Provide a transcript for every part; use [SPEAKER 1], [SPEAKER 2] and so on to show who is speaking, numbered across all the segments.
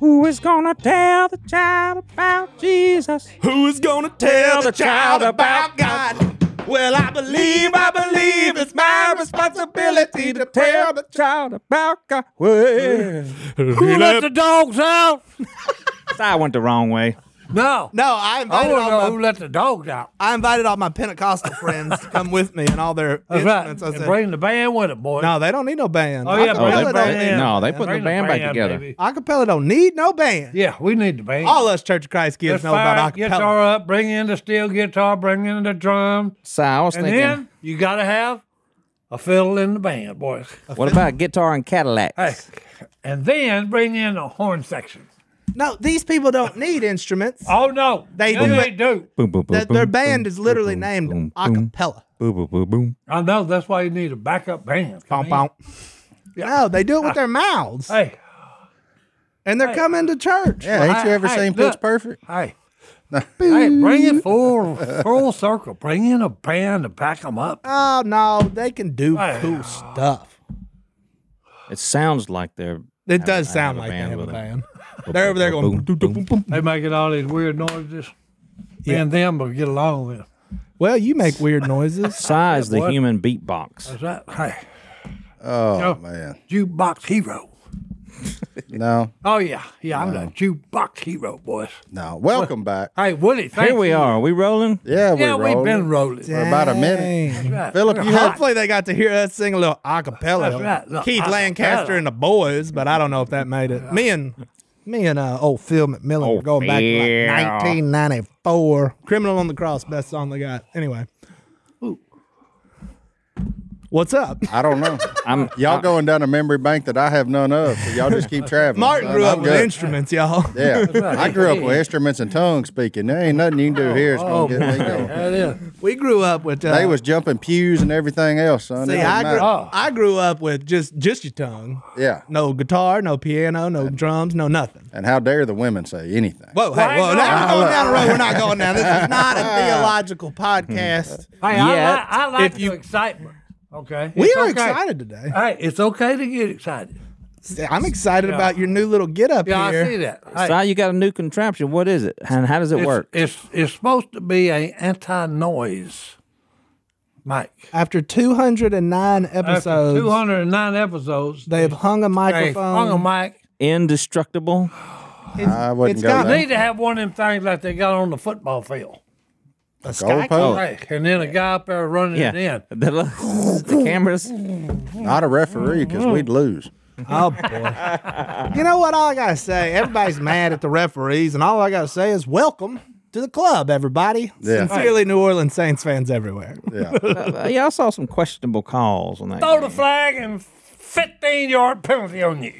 [SPEAKER 1] Who is gonna tell the child about Jesus?
[SPEAKER 2] Who is gonna tell the child about God? Well, I believe, I believe it's my responsibility to tell the
[SPEAKER 1] child about God. Well,
[SPEAKER 3] Who let the dogs out?
[SPEAKER 1] I went the wrong way.
[SPEAKER 3] No.
[SPEAKER 2] No, I
[SPEAKER 3] I
[SPEAKER 2] invited
[SPEAKER 3] want to know
[SPEAKER 2] all my
[SPEAKER 3] who let the dogs out.
[SPEAKER 2] I invited all my Pentecostal friends to come with me and all their
[SPEAKER 3] That's right.
[SPEAKER 2] instruments. I
[SPEAKER 3] And
[SPEAKER 2] said,
[SPEAKER 3] bring the band with it, boy.
[SPEAKER 2] no, they don't need no band.
[SPEAKER 3] Oh, yeah,
[SPEAKER 2] Acapella
[SPEAKER 3] bring the
[SPEAKER 2] don't
[SPEAKER 3] band.
[SPEAKER 2] need-
[SPEAKER 1] No, they put the
[SPEAKER 3] Bring
[SPEAKER 1] band back together.
[SPEAKER 3] baby.
[SPEAKER 2] Acapella don't need no band.
[SPEAKER 3] Yeah, we need the band.
[SPEAKER 2] All us Church of Christ kids
[SPEAKER 3] Let's
[SPEAKER 2] know
[SPEAKER 3] fire
[SPEAKER 2] about
[SPEAKER 3] that guitar
[SPEAKER 2] acapella.
[SPEAKER 3] up, bring in the steel guitar, bring in the drum,
[SPEAKER 1] So I was
[SPEAKER 3] and
[SPEAKER 1] thinking,
[SPEAKER 3] then you got to have a fiddle in the band, boys.
[SPEAKER 1] what about guitar and Cadillacs?
[SPEAKER 3] Hey, and then bring in a horn section.
[SPEAKER 2] No, these people don't need instruments.
[SPEAKER 3] Oh no,
[SPEAKER 2] They
[SPEAKER 3] No,
[SPEAKER 2] do
[SPEAKER 3] they
[SPEAKER 2] it.
[SPEAKER 3] do.
[SPEAKER 1] Boom, boom, boom,
[SPEAKER 2] Their- their
[SPEAKER 1] boom,
[SPEAKER 2] band
[SPEAKER 1] boom,
[SPEAKER 2] is literally
[SPEAKER 1] boom,
[SPEAKER 2] named
[SPEAKER 1] boom, boom,
[SPEAKER 2] acapella.
[SPEAKER 1] Boom, boom, boom, boom.
[SPEAKER 3] I know that's why you need a backup band.
[SPEAKER 2] Bonk, bonk. No, they do it with their mouths,
[SPEAKER 3] Hey,
[SPEAKER 2] and they're coming to church.
[SPEAKER 4] Yeah, ain't you ever
[SPEAKER 3] Hey,
[SPEAKER 4] seen
[SPEAKER 3] look.
[SPEAKER 4] Pitch Perfect?
[SPEAKER 3] hey, hey, bring it full full circle. Bring in a band to back them up.
[SPEAKER 2] Oh no, they can do
[SPEAKER 3] Hey.
[SPEAKER 2] cool stuff.
[SPEAKER 1] It sounds like they're.
[SPEAKER 2] It does
[SPEAKER 1] I have
[SPEAKER 2] sound
[SPEAKER 1] a
[SPEAKER 2] like they
[SPEAKER 1] band
[SPEAKER 2] have a
[SPEAKER 1] with it.
[SPEAKER 2] band. They're over there going.
[SPEAKER 1] Boom,
[SPEAKER 2] "Boom,
[SPEAKER 1] boom,
[SPEAKER 2] boom, boom."
[SPEAKER 3] They making all these weird noises. Me And them will get along with. it.
[SPEAKER 2] Well, you make weird noises.
[SPEAKER 1] Size the
[SPEAKER 3] What?
[SPEAKER 1] human beatbox.
[SPEAKER 3] That's right. Hey,
[SPEAKER 4] Oh
[SPEAKER 3] No.
[SPEAKER 4] man,
[SPEAKER 3] jukebox hero.
[SPEAKER 4] no,
[SPEAKER 3] Oh yeah, yeah. I'm the jukebox hero, boys.
[SPEAKER 4] no. Welcome back.
[SPEAKER 3] Hey, Woody. Thank
[SPEAKER 1] Here we
[SPEAKER 3] you.
[SPEAKER 1] are. Are we rolling?
[SPEAKER 4] Yeah,
[SPEAKER 3] Yeah,
[SPEAKER 4] we're
[SPEAKER 3] we've been
[SPEAKER 4] rolling.
[SPEAKER 3] rolling.
[SPEAKER 4] for about a minute.
[SPEAKER 2] Dang.
[SPEAKER 3] Right.
[SPEAKER 4] Philip,
[SPEAKER 3] We're
[SPEAKER 4] you
[SPEAKER 3] hot.
[SPEAKER 4] had
[SPEAKER 2] Hopefully, they got to hear us sing a little acapella.
[SPEAKER 3] That's right, little
[SPEAKER 2] Keith Lancaster
[SPEAKER 3] acapella.
[SPEAKER 2] and the boys, but I don't know if that made it. Me and me and uh, old Phil McMillan were going back to
[SPEAKER 1] Phil.
[SPEAKER 2] like 1994. Criminal on the Cross, best song they got. Anyway, what's up?
[SPEAKER 4] I don't know.
[SPEAKER 1] I'm.
[SPEAKER 4] Y'all going down a memory bank that I have none of. So y'all just keep traveling.
[SPEAKER 2] Martin
[SPEAKER 4] son.
[SPEAKER 2] grew
[SPEAKER 4] I'm
[SPEAKER 2] up with
[SPEAKER 4] good.
[SPEAKER 2] instruments, y'all.
[SPEAKER 4] Yeah, I grew up with instruments and tongue speaking. There ain't nothing you can do here. It's gonna
[SPEAKER 3] Oh,
[SPEAKER 4] get me going.
[SPEAKER 3] That is.
[SPEAKER 2] We grew up with. Uh,
[SPEAKER 4] They was jumping pews and everything else, son. It
[SPEAKER 2] see,
[SPEAKER 4] didn't
[SPEAKER 2] I grew,
[SPEAKER 4] matter.
[SPEAKER 3] Oh.
[SPEAKER 2] I grew up with just just your tongue.
[SPEAKER 4] Yeah,
[SPEAKER 2] No guitar, no piano, no drums, no nothing.
[SPEAKER 4] and how dare the women say anything?
[SPEAKER 2] Whoa, hey,
[SPEAKER 3] Right
[SPEAKER 2] whoa, now we're
[SPEAKER 3] on.
[SPEAKER 2] going down the road. We're not going down. This is not a theological
[SPEAKER 3] Hmm.
[SPEAKER 2] podcast.
[SPEAKER 3] Hey,
[SPEAKER 1] Yet,
[SPEAKER 3] I, li- I like
[SPEAKER 2] if
[SPEAKER 3] the
[SPEAKER 2] you-
[SPEAKER 3] excitement. Okay.
[SPEAKER 2] We
[SPEAKER 3] It's
[SPEAKER 2] are
[SPEAKER 3] okay.
[SPEAKER 2] excited today.
[SPEAKER 3] Hey, it's okay to get excited.
[SPEAKER 2] I'm excited about your new little get up
[SPEAKER 3] Yeah,
[SPEAKER 2] here.
[SPEAKER 3] I see that. Hey,
[SPEAKER 1] Si, you got a new contraption. What is it? And how does it
[SPEAKER 3] it's,
[SPEAKER 1] work?
[SPEAKER 3] It's it's supposed to be a anti noise mic.
[SPEAKER 2] After 209 episodes,
[SPEAKER 3] After 209 episodes,
[SPEAKER 2] they've hung a
[SPEAKER 3] they
[SPEAKER 2] microphone.
[SPEAKER 3] hung a mic.
[SPEAKER 1] Indestructible.
[SPEAKER 4] I wouldn't
[SPEAKER 2] it's
[SPEAKER 4] go
[SPEAKER 2] got
[SPEAKER 4] there.
[SPEAKER 3] Need to have one of them things like they got on the football field.
[SPEAKER 2] a
[SPEAKER 4] Gold
[SPEAKER 2] sky
[SPEAKER 4] post.
[SPEAKER 3] Hey, and then a guy up there running
[SPEAKER 1] Yeah.
[SPEAKER 3] it in.
[SPEAKER 1] The, the cameras.
[SPEAKER 4] Not a referee
[SPEAKER 2] Mm-hmm.
[SPEAKER 4] because we'd lose.
[SPEAKER 2] Oh, boy. you know what? All I got to say, everybody's mad at the referees, and all I got to say is welcome to the club, everybody.
[SPEAKER 4] Yeah.
[SPEAKER 2] Sincerely, New Orleans Saints fans everywhere.
[SPEAKER 4] Yeah,
[SPEAKER 1] Uh, yeah, I saw some questionable calls on that.
[SPEAKER 3] Throw the
[SPEAKER 1] game.
[SPEAKER 3] flag and 15 yard penalty on you.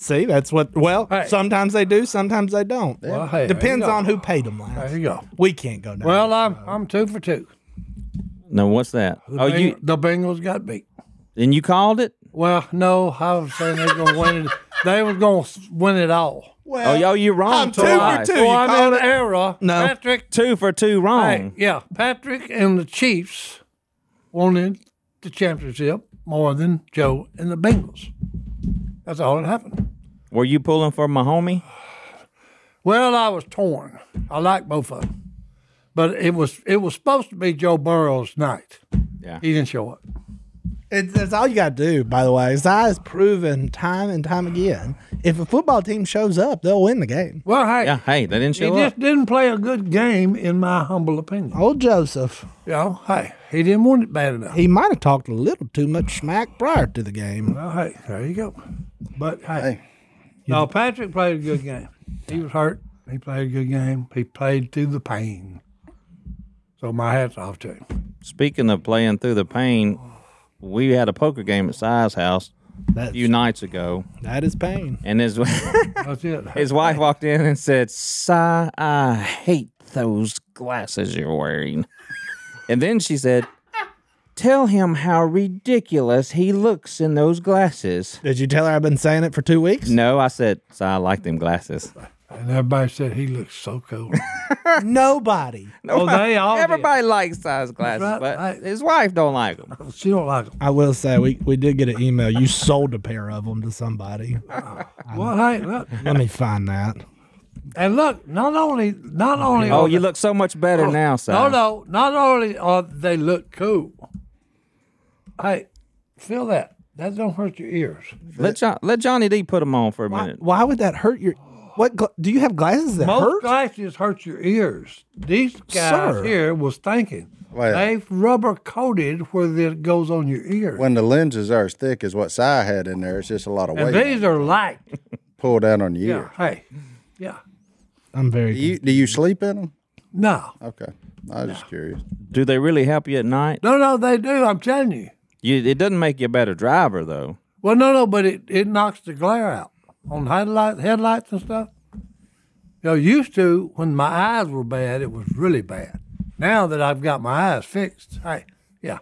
[SPEAKER 2] See, that's what, well,
[SPEAKER 3] Hey.
[SPEAKER 2] sometimes they do, sometimes they don't.
[SPEAKER 3] Well, hey,
[SPEAKER 2] Depends
[SPEAKER 3] there you
[SPEAKER 2] on who paid them last.
[SPEAKER 3] go. There you go.
[SPEAKER 2] We can't go down.
[SPEAKER 3] Well, uh, I'm I'm two for two.
[SPEAKER 1] No, what's that?
[SPEAKER 3] The,
[SPEAKER 1] Oh, you
[SPEAKER 3] Beng- the Bengals got beat.
[SPEAKER 1] and you called it?
[SPEAKER 3] Well, no, I was saying they were gonna win it. They were gonna s- win it all.
[SPEAKER 1] Oh, yo, you're wrong.
[SPEAKER 2] I'm two for
[SPEAKER 1] twice.
[SPEAKER 2] two.
[SPEAKER 3] So
[SPEAKER 2] you
[SPEAKER 3] I'm
[SPEAKER 2] called
[SPEAKER 3] in
[SPEAKER 2] it?
[SPEAKER 3] error.
[SPEAKER 2] No.
[SPEAKER 3] Patrick.
[SPEAKER 1] Two for two
[SPEAKER 3] Hey,
[SPEAKER 1] wrong.
[SPEAKER 3] yeah, Patrick and the Chiefs wanted the championship more than Joe and the Bengals. That's all that happened.
[SPEAKER 1] Were you pulling for my homie?
[SPEAKER 3] Well, I was torn. I like both of them, but it was it was supposed to be Joe Burrow's night.
[SPEAKER 1] Yeah.
[SPEAKER 3] He didn't show up.
[SPEAKER 2] It's, that's all you got to do, by the way. Zy has proven time and time again if a football team shows up, they'll win the game.
[SPEAKER 3] Well, hey,
[SPEAKER 1] Yeah. Hey, they didn't
[SPEAKER 3] he
[SPEAKER 1] show up.
[SPEAKER 3] just didn't play a good game, in my humble opinion.
[SPEAKER 2] Old Joseph,
[SPEAKER 3] You know, hey, he didn't want it bad enough.
[SPEAKER 2] he might have talked a little too much smack prior to the game.
[SPEAKER 3] Well, hey, there you go. But hey, no, Patrick played a good game. He was hurt. He played a good game. He played through the pain. So my hat's off to him.
[SPEAKER 1] Speaking of playing through the pain, we had a poker game at Si's house a
[SPEAKER 2] That's,
[SPEAKER 1] few nights ago,
[SPEAKER 2] that is pain.
[SPEAKER 1] and his
[SPEAKER 3] That's it.
[SPEAKER 1] his wife walked in and said, "Si, I hate those glasses you're wearing." And then she said, "Tell him how ridiculous he looks in those glasses."
[SPEAKER 2] Did you tell her I've been saying it for two weeks?
[SPEAKER 1] No, I said, "Si, I like them glasses."
[SPEAKER 3] And everybody said he looks so cool.
[SPEAKER 2] Nobody.
[SPEAKER 3] Well, they all did.
[SPEAKER 1] Everybody likes size glasses,
[SPEAKER 3] right,
[SPEAKER 1] but
[SPEAKER 3] I-
[SPEAKER 1] his wife don't like them.
[SPEAKER 3] she don't like him.
[SPEAKER 2] I will say we, we did get an email. You sold a pair of them to somebody.
[SPEAKER 3] Well, hey, look,
[SPEAKER 2] Let me find that.
[SPEAKER 3] and look. Not only, not only.
[SPEAKER 1] Oh,
[SPEAKER 3] are
[SPEAKER 1] you
[SPEAKER 3] they-
[SPEAKER 1] look so much better now, Si.
[SPEAKER 3] No, no. Not only are they look cool. Hey, feel that. That don't hurt your ears.
[SPEAKER 1] Let, John, let Johnny D put them on for a
[SPEAKER 2] Why,
[SPEAKER 1] minute.
[SPEAKER 2] why would that hurt your? What gla- do you have glasses that
[SPEAKER 3] Most
[SPEAKER 2] hurt?
[SPEAKER 3] glasses hurt your ears. These guys
[SPEAKER 2] Sir.
[SPEAKER 3] here was thinking
[SPEAKER 4] Well-
[SPEAKER 3] they've rubber coated where it goes on your ear.
[SPEAKER 4] When the lenses are as thick as what Si had in there, it's just a lot of
[SPEAKER 3] and
[SPEAKER 4] weight
[SPEAKER 3] these are light.
[SPEAKER 4] pulled down on your
[SPEAKER 3] yeah.
[SPEAKER 4] ear.
[SPEAKER 3] Hey. Yeah.
[SPEAKER 2] I'm very.
[SPEAKER 4] Do you, do you sleep in them?
[SPEAKER 3] No.
[SPEAKER 4] Okay, I was just curious.
[SPEAKER 1] Do they really help you at night?
[SPEAKER 3] No, no, they do. I'm telling you.
[SPEAKER 1] You, it doesn't make you a better driver, though.
[SPEAKER 3] Well, no, no, but it, it knocks the glare out on headlight, headlights and stuff. You know, used to when my eyes were bad, it was really bad. Now that I've got my eyes fixed, hey, yeah,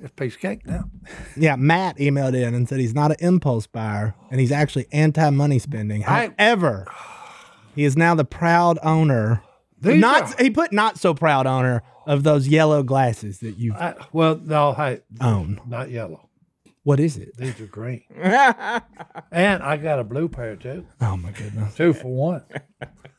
[SPEAKER 3] it's piece of cake now.
[SPEAKER 2] Yeah, Matt emailed in and said he's not an impulse buyer and he's actually anti-money spending.
[SPEAKER 3] I-
[SPEAKER 2] However, he is now the proud owner.
[SPEAKER 3] These
[SPEAKER 2] not
[SPEAKER 3] are-
[SPEAKER 2] he put not so proud owner of those yellow glasses that you
[SPEAKER 3] I, well, no, hey,
[SPEAKER 2] own.
[SPEAKER 3] not yellow.
[SPEAKER 2] What is it?
[SPEAKER 3] These are green. and I got a blue pair too,
[SPEAKER 2] Oh my goodness,
[SPEAKER 3] two for one.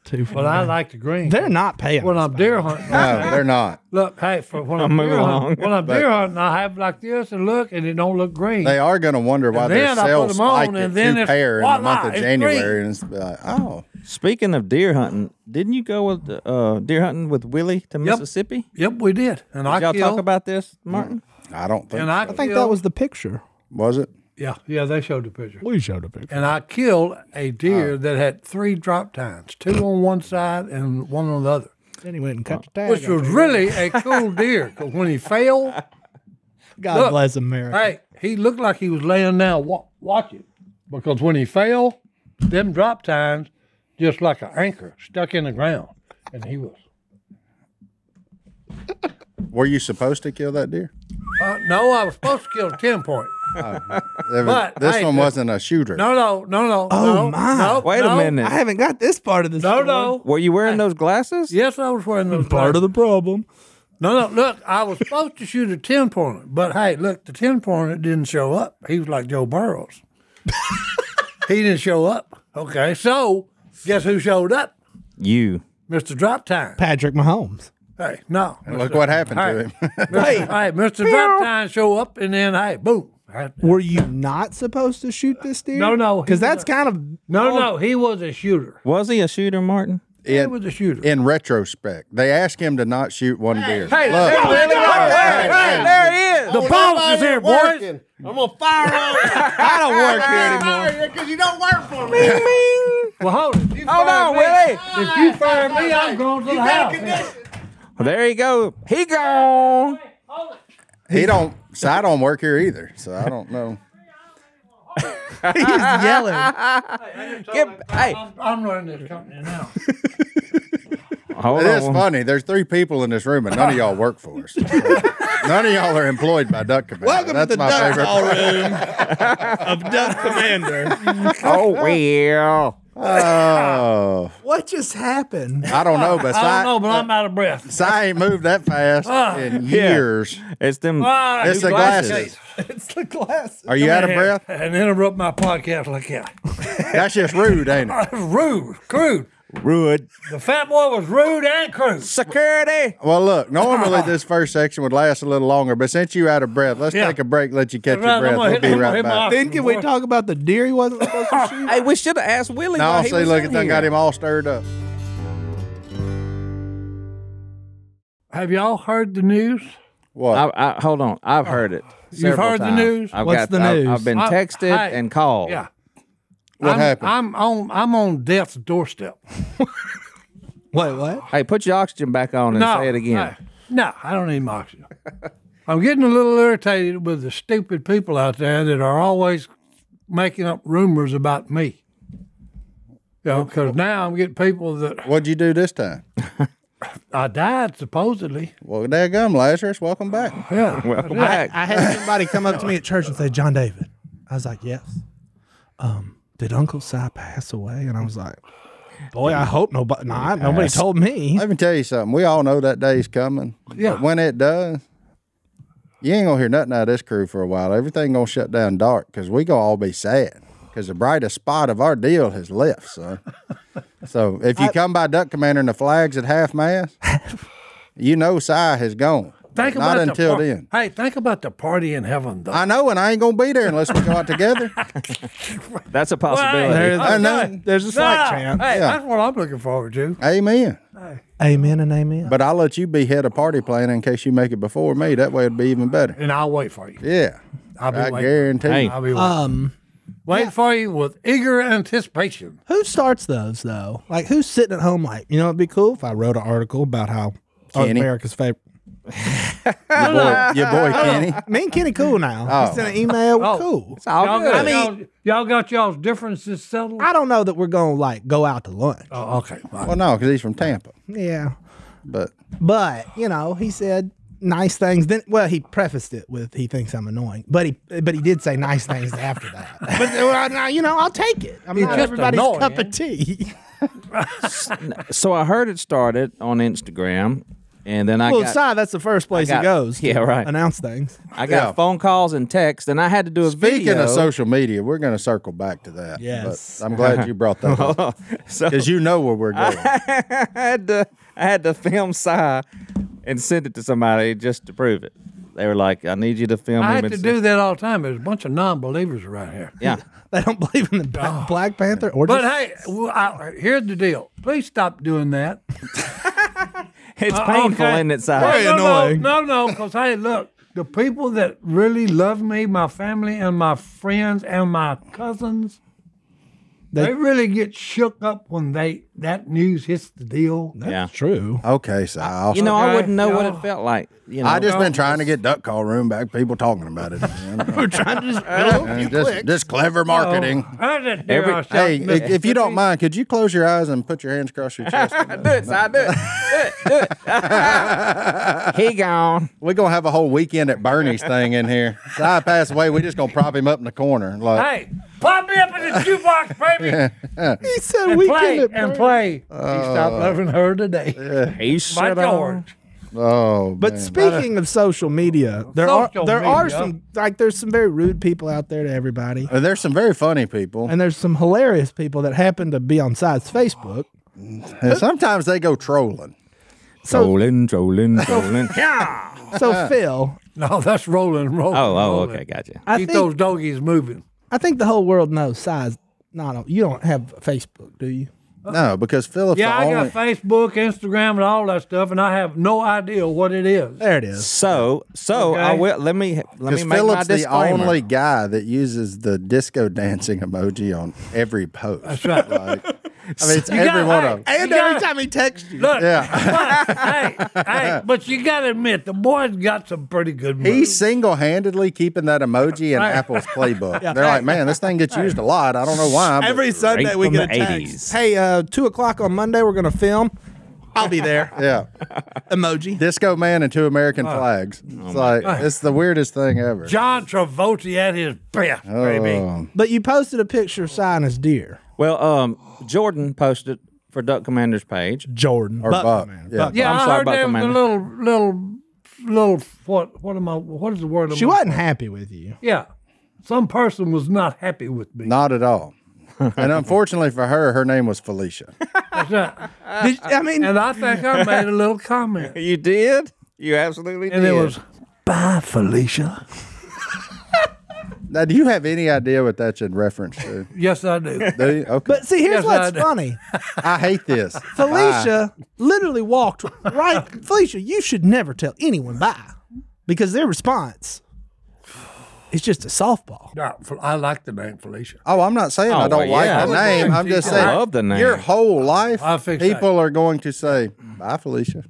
[SPEAKER 2] two for
[SPEAKER 3] But I like the green.
[SPEAKER 2] They're not paying.
[SPEAKER 3] when
[SPEAKER 2] us
[SPEAKER 3] I'm
[SPEAKER 2] back.
[SPEAKER 3] deer hunting.
[SPEAKER 4] No, they're not.
[SPEAKER 3] Look, hey, for when I'm,
[SPEAKER 1] Move
[SPEAKER 3] deer
[SPEAKER 1] along.
[SPEAKER 3] hunting, when I'm deer hunting, I have like this and look, and it don't look green.
[SPEAKER 4] They are going to wonder why
[SPEAKER 3] And
[SPEAKER 4] their
[SPEAKER 3] then I put
[SPEAKER 4] sales
[SPEAKER 3] 'em on,
[SPEAKER 4] spiked
[SPEAKER 3] and
[SPEAKER 4] at
[SPEAKER 3] then
[SPEAKER 4] two
[SPEAKER 3] it's-
[SPEAKER 4] pair in the
[SPEAKER 3] voila,
[SPEAKER 4] month of
[SPEAKER 3] it's
[SPEAKER 4] January,
[SPEAKER 3] green.
[SPEAKER 4] and it's like, oh,
[SPEAKER 1] Speaking of deer hunting, didn't you go with uh, deer hunting with Willie to Mississippi?
[SPEAKER 3] Yep, we did. And I
[SPEAKER 1] Did y'all
[SPEAKER 3] killed,
[SPEAKER 1] talk about this, Martin?
[SPEAKER 4] I don't think.
[SPEAKER 3] and I,
[SPEAKER 4] so.
[SPEAKER 2] I think that was the picture.
[SPEAKER 4] was it?
[SPEAKER 3] yeah, yeah. They showed the picture.
[SPEAKER 2] We showed a picture.
[SPEAKER 3] And I killed a
[SPEAKER 1] Oh.
[SPEAKER 3] deer that had three drop tines, two on one side and one on the other,
[SPEAKER 2] Then he went and cut the tag.
[SPEAKER 3] which
[SPEAKER 2] off.
[SPEAKER 3] was really a cool deer. 'cause when he fell,
[SPEAKER 2] God
[SPEAKER 3] look.
[SPEAKER 2] bless America.
[SPEAKER 3] hey, he looked like he was laying down wa- watching, because when he fell, them drop tines just like an anchor stuck in the ground, and he was.
[SPEAKER 4] Were you supposed to kill that deer?
[SPEAKER 3] Uh, no, I was supposed to kill a ten point.
[SPEAKER 4] There was-
[SPEAKER 3] But,
[SPEAKER 4] this
[SPEAKER 3] hey,
[SPEAKER 4] one
[SPEAKER 3] the-
[SPEAKER 4] wasn't a shooter.
[SPEAKER 3] No, no, no, no.
[SPEAKER 2] Oh,
[SPEAKER 3] no,
[SPEAKER 2] my.
[SPEAKER 3] No,
[SPEAKER 1] Wait
[SPEAKER 3] no,
[SPEAKER 1] a minute.
[SPEAKER 2] I haven't got this part of the
[SPEAKER 3] No,
[SPEAKER 2] story.
[SPEAKER 3] no.
[SPEAKER 1] Were you wearing those glasses?
[SPEAKER 3] Yes, I was wearing those.
[SPEAKER 2] Part
[SPEAKER 3] glasses.
[SPEAKER 2] of the problem.
[SPEAKER 3] No, no, look, I was supposed to shoot a 10 pointer, but hey, look, the 10 pointer didn't show up. He was like Joe Burrows. he didn't show up. Okay, so guess who showed up?
[SPEAKER 1] You.
[SPEAKER 3] Mr. Drop Time.
[SPEAKER 2] Patrick Mahomes.
[SPEAKER 3] Hey, no.
[SPEAKER 4] And look what happened
[SPEAKER 3] Hey,
[SPEAKER 4] to him.
[SPEAKER 3] Mr. hey, Mr. Drop Time show up, and then, hey, boom. I-
[SPEAKER 2] Were you not supposed to shoot this deer?
[SPEAKER 3] No, no, he
[SPEAKER 2] Because that's
[SPEAKER 3] was
[SPEAKER 2] kind of
[SPEAKER 3] No, no, he was a shooter.
[SPEAKER 1] Was he a shooter, Martin?
[SPEAKER 3] He was a shooter.
[SPEAKER 4] in retrospect, they asked him to not shoot one deer.
[SPEAKER 3] Hey,
[SPEAKER 4] Look,
[SPEAKER 3] there it is.
[SPEAKER 4] All right,
[SPEAKER 3] Hey, hey,
[SPEAKER 4] hey,
[SPEAKER 1] There he is.
[SPEAKER 3] The boss is here, boys.
[SPEAKER 5] I'm gonna fire on
[SPEAKER 1] I don't work here
[SPEAKER 5] you.
[SPEAKER 1] anymore.
[SPEAKER 5] fire you because you don't work for me.
[SPEAKER 3] Well, hold it. You
[SPEAKER 1] Hold
[SPEAKER 3] fire
[SPEAKER 1] on,
[SPEAKER 3] me-
[SPEAKER 1] Willie.
[SPEAKER 3] If you fire me, I'm going to the house.
[SPEAKER 1] There you go. He gone.
[SPEAKER 4] he don't. So I don't work here either. So I don't know.
[SPEAKER 2] he's yelling.
[SPEAKER 1] Get, hey,
[SPEAKER 3] I'm, I'm running this company now.
[SPEAKER 1] hold
[SPEAKER 4] It is
[SPEAKER 1] on.
[SPEAKER 4] funny. There's three people in this room, and none of y'all work for us. none of y'all are employed by Duck Commander. That's my favorite. part.
[SPEAKER 2] room of Duck Commander.
[SPEAKER 1] Oh well.
[SPEAKER 4] Oh,
[SPEAKER 2] What just happened?
[SPEAKER 4] I don't know, but
[SPEAKER 3] I don't know,
[SPEAKER 4] Si
[SPEAKER 3] but I'm Ah, out of breath.
[SPEAKER 4] Si ain't moved that fast in years.
[SPEAKER 1] It's them.
[SPEAKER 3] Ah,
[SPEAKER 4] It's
[SPEAKER 3] new
[SPEAKER 4] the glasses.
[SPEAKER 2] It's the glasses.
[SPEAKER 4] Are you out of
[SPEAKER 3] Yeah,
[SPEAKER 4] breath?
[SPEAKER 3] And interrupt my podcast like that.
[SPEAKER 4] That's just rude, ain't it?
[SPEAKER 3] rude, crude.
[SPEAKER 1] Rude.
[SPEAKER 3] The fat boy was rude and crude.
[SPEAKER 1] Security.
[SPEAKER 4] Well, look, normally this first section would last a little longer, but since you out of breath, let's
[SPEAKER 3] Yeah.
[SPEAKER 4] take a break, let you catch
[SPEAKER 3] Right,
[SPEAKER 4] your
[SPEAKER 3] I'm
[SPEAKER 4] breath.
[SPEAKER 3] gonna
[SPEAKER 4] We'll
[SPEAKER 3] hit-
[SPEAKER 4] be
[SPEAKER 3] I'm gonna
[SPEAKER 4] right
[SPEAKER 3] hit my
[SPEAKER 4] back.
[SPEAKER 3] office.
[SPEAKER 2] Then can we talk about the deer he wasn't supposed to shoot?
[SPEAKER 1] Hey, we should have asked Willie.
[SPEAKER 4] Now,
[SPEAKER 1] why
[SPEAKER 4] I'll
[SPEAKER 1] he
[SPEAKER 4] see,
[SPEAKER 1] was
[SPEAKER 4] look,
[SPEAKER 1] in
[SPEAKER 4] it done
[SPEAKER 1] here.
[SPEAKER 4] got him all stirred up.
[SPEAKER 3] Have y'all heard the news?
[SPEAKER 4] What?
[SPEAKER 1] I, I, hold on. I've heard it.
[SPEAKER 3] You've
[SPEAKER 1] several
[SPEAKER 3] heard the
[SPEAKER 1] times.
[SPEAKER 3] news?
[SPEAKER 1] I've
[SPEAKER 2] What's
[SPEAKER 1] got,
[SPEAKER 2] the
[SPEAKER 1] I've-
[SPEAKER 2] news?
[SPEAKER 1] I've, been
[SPEAKER 3] I-
[SPEAKER 1] texted
[SPEAKER 3] hey,
[SPEAKER 1] and called.
[SPEAKER 3] Yeah.
[SPEAKER 4] what
[SPEAKER 3] I'm,
[SPEAKER 4] happened?
[SPEAKER 3] I'm on I'm on death's doorstep.
[SPEAKER 2] Wait, what?
[SPEAKER 1] Hey, put your oxygen back on and
[SPEAKER 3] No.
[SPEAKER 1] say it again.
[SPEAKER 3] No, no, I don't need my oxygen. I'm getting a little irritated with the stupid people out there that are always making up rumors about me. You know, because now I'm getting people that
[SPEAKER 4] What'd you do this time?
[SPEAKER 3] I died supposedly.
[SPEAKER 4] Well, there gum, Lazarus. Welcome back.
[SPEAKER 3] Yeah.
[SPEAKER 1] Welcome back.
[SPEAKER 2] I had somebody come up to me at church and say, John David. I was like, yes. Um, did Uncle Si pass away? And I was like, Boy, I hope nobody. Nah, nobody told me.
[SPEAKER 4] Let me tell you something. We all know that day's coming.
[SPEAKER 3] Yeah.
[SPEAKER 4] But when it does, you ain't gonna hear nothing out of this crew for a while. Everything gonna shut down dark because we gonna all be sad because the brightest spot of our deal has left, son. so if you come by Duck Commander and the flags at half mast, you know Si has gone.
[SPEAKER 3] Think
[SPEAKER 4] But Not
[SPEAKER 3] about the
[SPEAKER 4] until
[SPEAKER 3] par-
[SPEAKER 4] then.
[SPEAKER 3] Hey, think about the party in heaven, though.
[SPEAKER 4] I know, and I ain't gonna be there unless we go out together.
[SPEAKER 1] That's a possibility.
[SPEAKER 2] There's,
[SPEAKER 4] I know.
[SPEAKER 2] there's a slight chance.
[SPEAKER 3] Hey,
[SPEAKER 4] Yeah.
[SPEAKER 3] that's what I'm looking forward to.
[SPEAKER 4] Amen.
[SPEAKER 2] Amen and amen.
[SPEAKER 4] But I'll let you be head of party plan in case you make it before me. That way it'd be even better.
[SPEAKER 3] And I'll wait for you.
[SPEAKER 4] Yeah.
[SPEAKER 3] I'll be
[SPEAKER 4] I
[SPEAKER 3] waiting.
[SPEAKER 4] guarantee.
[SPEAKER 1] Hey.
[SPEAKER 3] I'll be waiting.
[SPEAKER 2] Um,
[SPEAKER 3] waiting for you with eager anticipation.
[SPEAKER 2] who starts those though? Like, who's sitting at home? Like, you know, it'd be cool if I wrote an article about how our
[SPEAKER 4] Kenny.
[SPEAKER 2] America's favorite.
[SPEAKER 4] Your boy, your boy Kenny.
[SPEAKER 2] Me and Kenny cool now. I
[SPEAKER 4] Oh.
[SPEAKER 2] sent an email. We're
[SPEAKER 3] Oh.
[SPEAKER 2] cool.
[SPEAKER 3] y'all,
[SPEAKER 1] good.
[SPEAKER 3] Got,
[SPEAKER 1] I
[SPEAKER 3] y'all, y'all got y'all's differences settled?
[SPEAKER 2] I don't know that we're gonna like go out to lunch.
[SPEAKER 3] oh, okay. Right.
[SPEAKER 4] Well, no, because he's from Tampa.
[SPEAKER 2] Yeah,
[SPEAKER 4] But
[SPEAKER 2] but you know, he said nice things. Then, well, he prefaced it with he thinks I'm annoying, but he but he did say nice things after that. But well, now, you know, I'll take it. I'm not
[SPEAKER 3] just
[SPEAKER 2] everybody's cup
[SPEAKER 3] annoying.
[SPEAKER 2] of tea.
[SPEAKER 1] So I heard it started on Instagram, and then I
[SPEAKER 2] well,
[SPEAKER 1] got
[SPEAKER 2] Si, that's the first place
[SPEAKER 1] got-
[SPEAKER 2] he goes. to
[SPEAKER 1] Yeah, right.
[SPEAKER 2] Announce things.
[SPEAKER 1] I got
[SPEAKER 4] Yeah.
[SPEAKER 1] phone calls and texts, and I had to do a
[SPEAKER 4] speaking
[SPEAKER 1] video.
[SPEAKER 4] of social media, we're going to circle back to that.
[SPEAKER 2] Yes.
[SPEAKER 4] But I'm glad you brought that up
[SPEAKER 1] so
[SPEAKER 4] because you know where we're going.
[SPEAKER 1] I had to I had to film Psy and send it to somebody just to prove it. They were like, "I need you to film
[SPEAKER 3] I
[SPEAKER 1] him."
[SPEAKER 3] had
[SPEAKER 1] and
[SPEAKER 3] to
[SPEAKER 1] send-"
[SPEAKER 3] do that all the time. There's a bunch of non believers around here.
[SPEAKER 1] Yeah,
[SPEAKER 2] They don't believe in the Bla- Black Panther or
[SPEAKER 3] Oh. But
[SPEAKER 2] just-
[SPEAKER 3] hey, well, I, here's the deal. Please stop doing that.
[SPEAKER 1] it's
[SPEAKER 3] Uh,
[SPEAKER 1] painful,
[SPEAKER 3] okay.
[SPEAKER 1] isn't it, Psy?
[SPEAKER 2] Very
[SPEAKER 3] no, no,
[SPEAKER 2] annoying.
[SPEAKER 3] No, no, because hey, look, the people that really love me, my family and my friends and my cousins,
[SPEAKER 2] They-
[SPEAKER 3] they, really get shook up when they that news hits the deal.
[SPEAKER 2] that's
[SPEAKER 1] Yeah.
[SPEAKER 2] true.
[SPEAKER 4] Okay, so I'll,
[SPEAKER 1] You know, I
[SPEAKER 3] Okay.
[SPEAKER 1] wouldn't know what it
[SPEAKER 3] Yeah.
[SPEAKER 1] felt like. You know,
[SPEAKER 4] I just been trying to get duck call room back. People talking about it. we're trying to just, just, clever marketing.
[SPEAKER 3] I just-
[SPEAKER 1] Every-
[SPEAKER 3] I shot
[SPEAKER 4] Hey, if, if you don't
[SPEAKER 3] Mississippi.
[SPEAKER 4] mind, could you close your eyes and put your hands across your chest?
[SPEAKER 1] do it, Psy. Do it. Do it. Do it. he gone.
[SPEAKER 4] We're gonna have a whole weekend at Bernie's thing in here. So I pass away. We just gonna prop him up in the corner. Like,
[SPEAKER 3] Hey, pop me up in the jukebox, baby,
[SPEAKER 2] He said
[SPEAKER 3] and
[SPEAKER 2] we
[SPEAKER 3] play
[SPEAKER 2] can
[SPEAKER 3] and play.
[SPEAKER 4] Uh,
[SPEAKER 3] he stopped loving her today.
[SPEAKER 1] He
[SPEAKER 3] By
[SPEAKER 1] shut up.
[SPEAKER 3] George,
[SPEAKER 4] oh,
[SPEAKER 2] But
[SPEAKER 4] man.
[SPEAKER 2] speaking of social media, there
[SPEAKER 3] Social
[SPEAKER 2] are there are
[SPEAKER 3] media.
[SPEAKER 2] some like there's some very rude people out there to everybody,
[SPEAKER 4] Uh, there's some very funny people,
[SPEAKER 2] and there's some hilarious people that happen to be on side's Facebook.
[SPEAKER 4] and sometimes they go trolling.
[SPEAKER 2] So
[SPEAKER 1] Trolling, trolling,
[SPEAKER 3] Oh,
[SPEAKER 1] trolling.
[SPEAKER 2] so Phil,
[SPEAKER 3] no, that's rolling, rolling.
[SPEAKER 1] Oh, oh,
[SPEAKER 3] rolling.
[SPEAKER 1] okay, gotcha.
[SPEAKER 2] I
[SPEAKER 3] Keep
[SPEAKER 2] think
[SPEAKER 3] those doggies moving.
[SPEAKER 2] I think the whole world knows size. Not on, you don't have Facebook, do you?
[SPEAKER 4] No, because Philip's
[SPEAKER 3] Yeah,
[SPEAKER 4] the
[SPEAKER 3] I
[SPEAKER 4] only.
[SPEAKER 3] got Facebook, Instagram, and all that stuff, and I have no idea what it is.
[SPEAKER 2] There it is.
[SPEAKER 1] So, so I
[SPEAKER 3] Okay.
[SPEAKER 1] will. Let me let me
[SPEAKER 4] Because
[SPEAKER 1] make
[SPEAKER 4] Philip's
[SPEAKER 1] my
[SPEAKER 4] the
[SPEAKER 1] disclaimer.
[SPEAKER 4] only guy that uses the disco dancing emoji on every post. That's right. Like, I mean, it's
[SPEAKER 3] You
[SPEAKER 4] every
[SPEAKER 3] gotta-
[SPEAKER 4] one
[SPEAKER 3] hey,
[SPEAKER 4] of them.
[SPEAKER 3] you gotta-
[SPEAKER 2] he texts you,
[SPEAKER 3] Look,
[SPEAKER 4] Yeah.
[SPEAKER 3] but, hey, hey, but you got to admit, the boy's got some pretty good moves.
[SPEAKER 4] He's single handedly keeping that emoji in
[SPEAKER 3] Right.
[SPEAKER 4] Apple's playbook. They're like, man, this thing gets used a lot. I don't know why. but-
[SPEAKER 2] every Sunday we
[SPEAKER 1] from
[SPEAKER 2] get a
[SPEAKER 1] the
[SPEAKER 2] text.
[SPEAKER 1] 80s.
[SPEAKER 2] Hey, uh, two o'clock on Monday we're gonna film. I'll be there.
[SPEAKER 4] yeah.
[SPEAKER 2] Emoji.
[SPEAKER 4] Disco Man and two American flags. It's like, it's the weirdest thing ever.
[SPEAKER 3] Oh John Travolta at his best, baby.
[SPEAKER 4] Oh.
[SPEAKER 2] But you posted a picture of sign as deer.
[SPEAKER 1] Well, um, Jordan posted for Duck Commander's page.
[SPEAKER 2] Jordan
[SPEAKER 4] Or Buck. Yeah.
[SPEAKER 3] Yeah,
[SPEAKER 1] I'm
[SPEAKER 3] i
[SPEAKER 1] sorry
[SPEAKER 3] heard
[SPEAKER 1] about
[SPEAKER 3] there
[SPEAKER 1] the
[SPEAKER 3] was a
[SPEAKER 1] man.
[SPEAKER 3] little, little, little. What? What am I? What is the word? I'm
[SPEAKER 2] She
[SPEAKER 3] looking
[SPEAKER 2] wasn't happy with you.
[SPEAKER 3] for? Yeah, some person was not happy with me.
[SPEAKER 4] Not at all. and unfortunately for her, her name was Felicia.
[SPEAKER 3] That's right.
[SPEAKER 2] Did- I mean,
[SPEAKER 3] And uh, I think I made a little comment,
[SPEAKER 1] You did. You absolutely
[SPEAKER 3] and
[SPEAKER 1] did.
[SPEAKER 3] it was, "Bye, Felicia."
[SPEAKER 4] Now, do you have any idea what that's in reference to?
[SPEAKER 3] Yes, I do.
[SPEAKER 4] Do you? Okay.
[SPEAKER 2] but see, here's
[SPEAKER 3] Yes, I
[SPEAKER 2] what's
[SPEAKER 3] did.
[SPEAKER 2] funny.
[SPEAKER 4] I hate this.
[SPEAKER 2] Felicia literally walked right. Felicia, you should never tell anyone bye because their response is just a softball.
[SPEAKER 3] No, I like the name Felicia.
[SPEAKER 4] Oh, I'm not saying I
[SPEAKER 1] Oh,
[SPEAKER 4] don't
[SPEAKER 1] well,
[SPEAKER 4] like
[SPEAKER 1] yeah.
[SPEAKER 4] the name. I'm just
[SPEAKER 1] I
[SPEAKER 4] saying
[SPEAKER 1] love the name.
[SPEAKER 4] Your whole life,
[SPEAKER 3] I'll fix that.
[SPEAKER 4] people are going to say, "Bye, Felicia."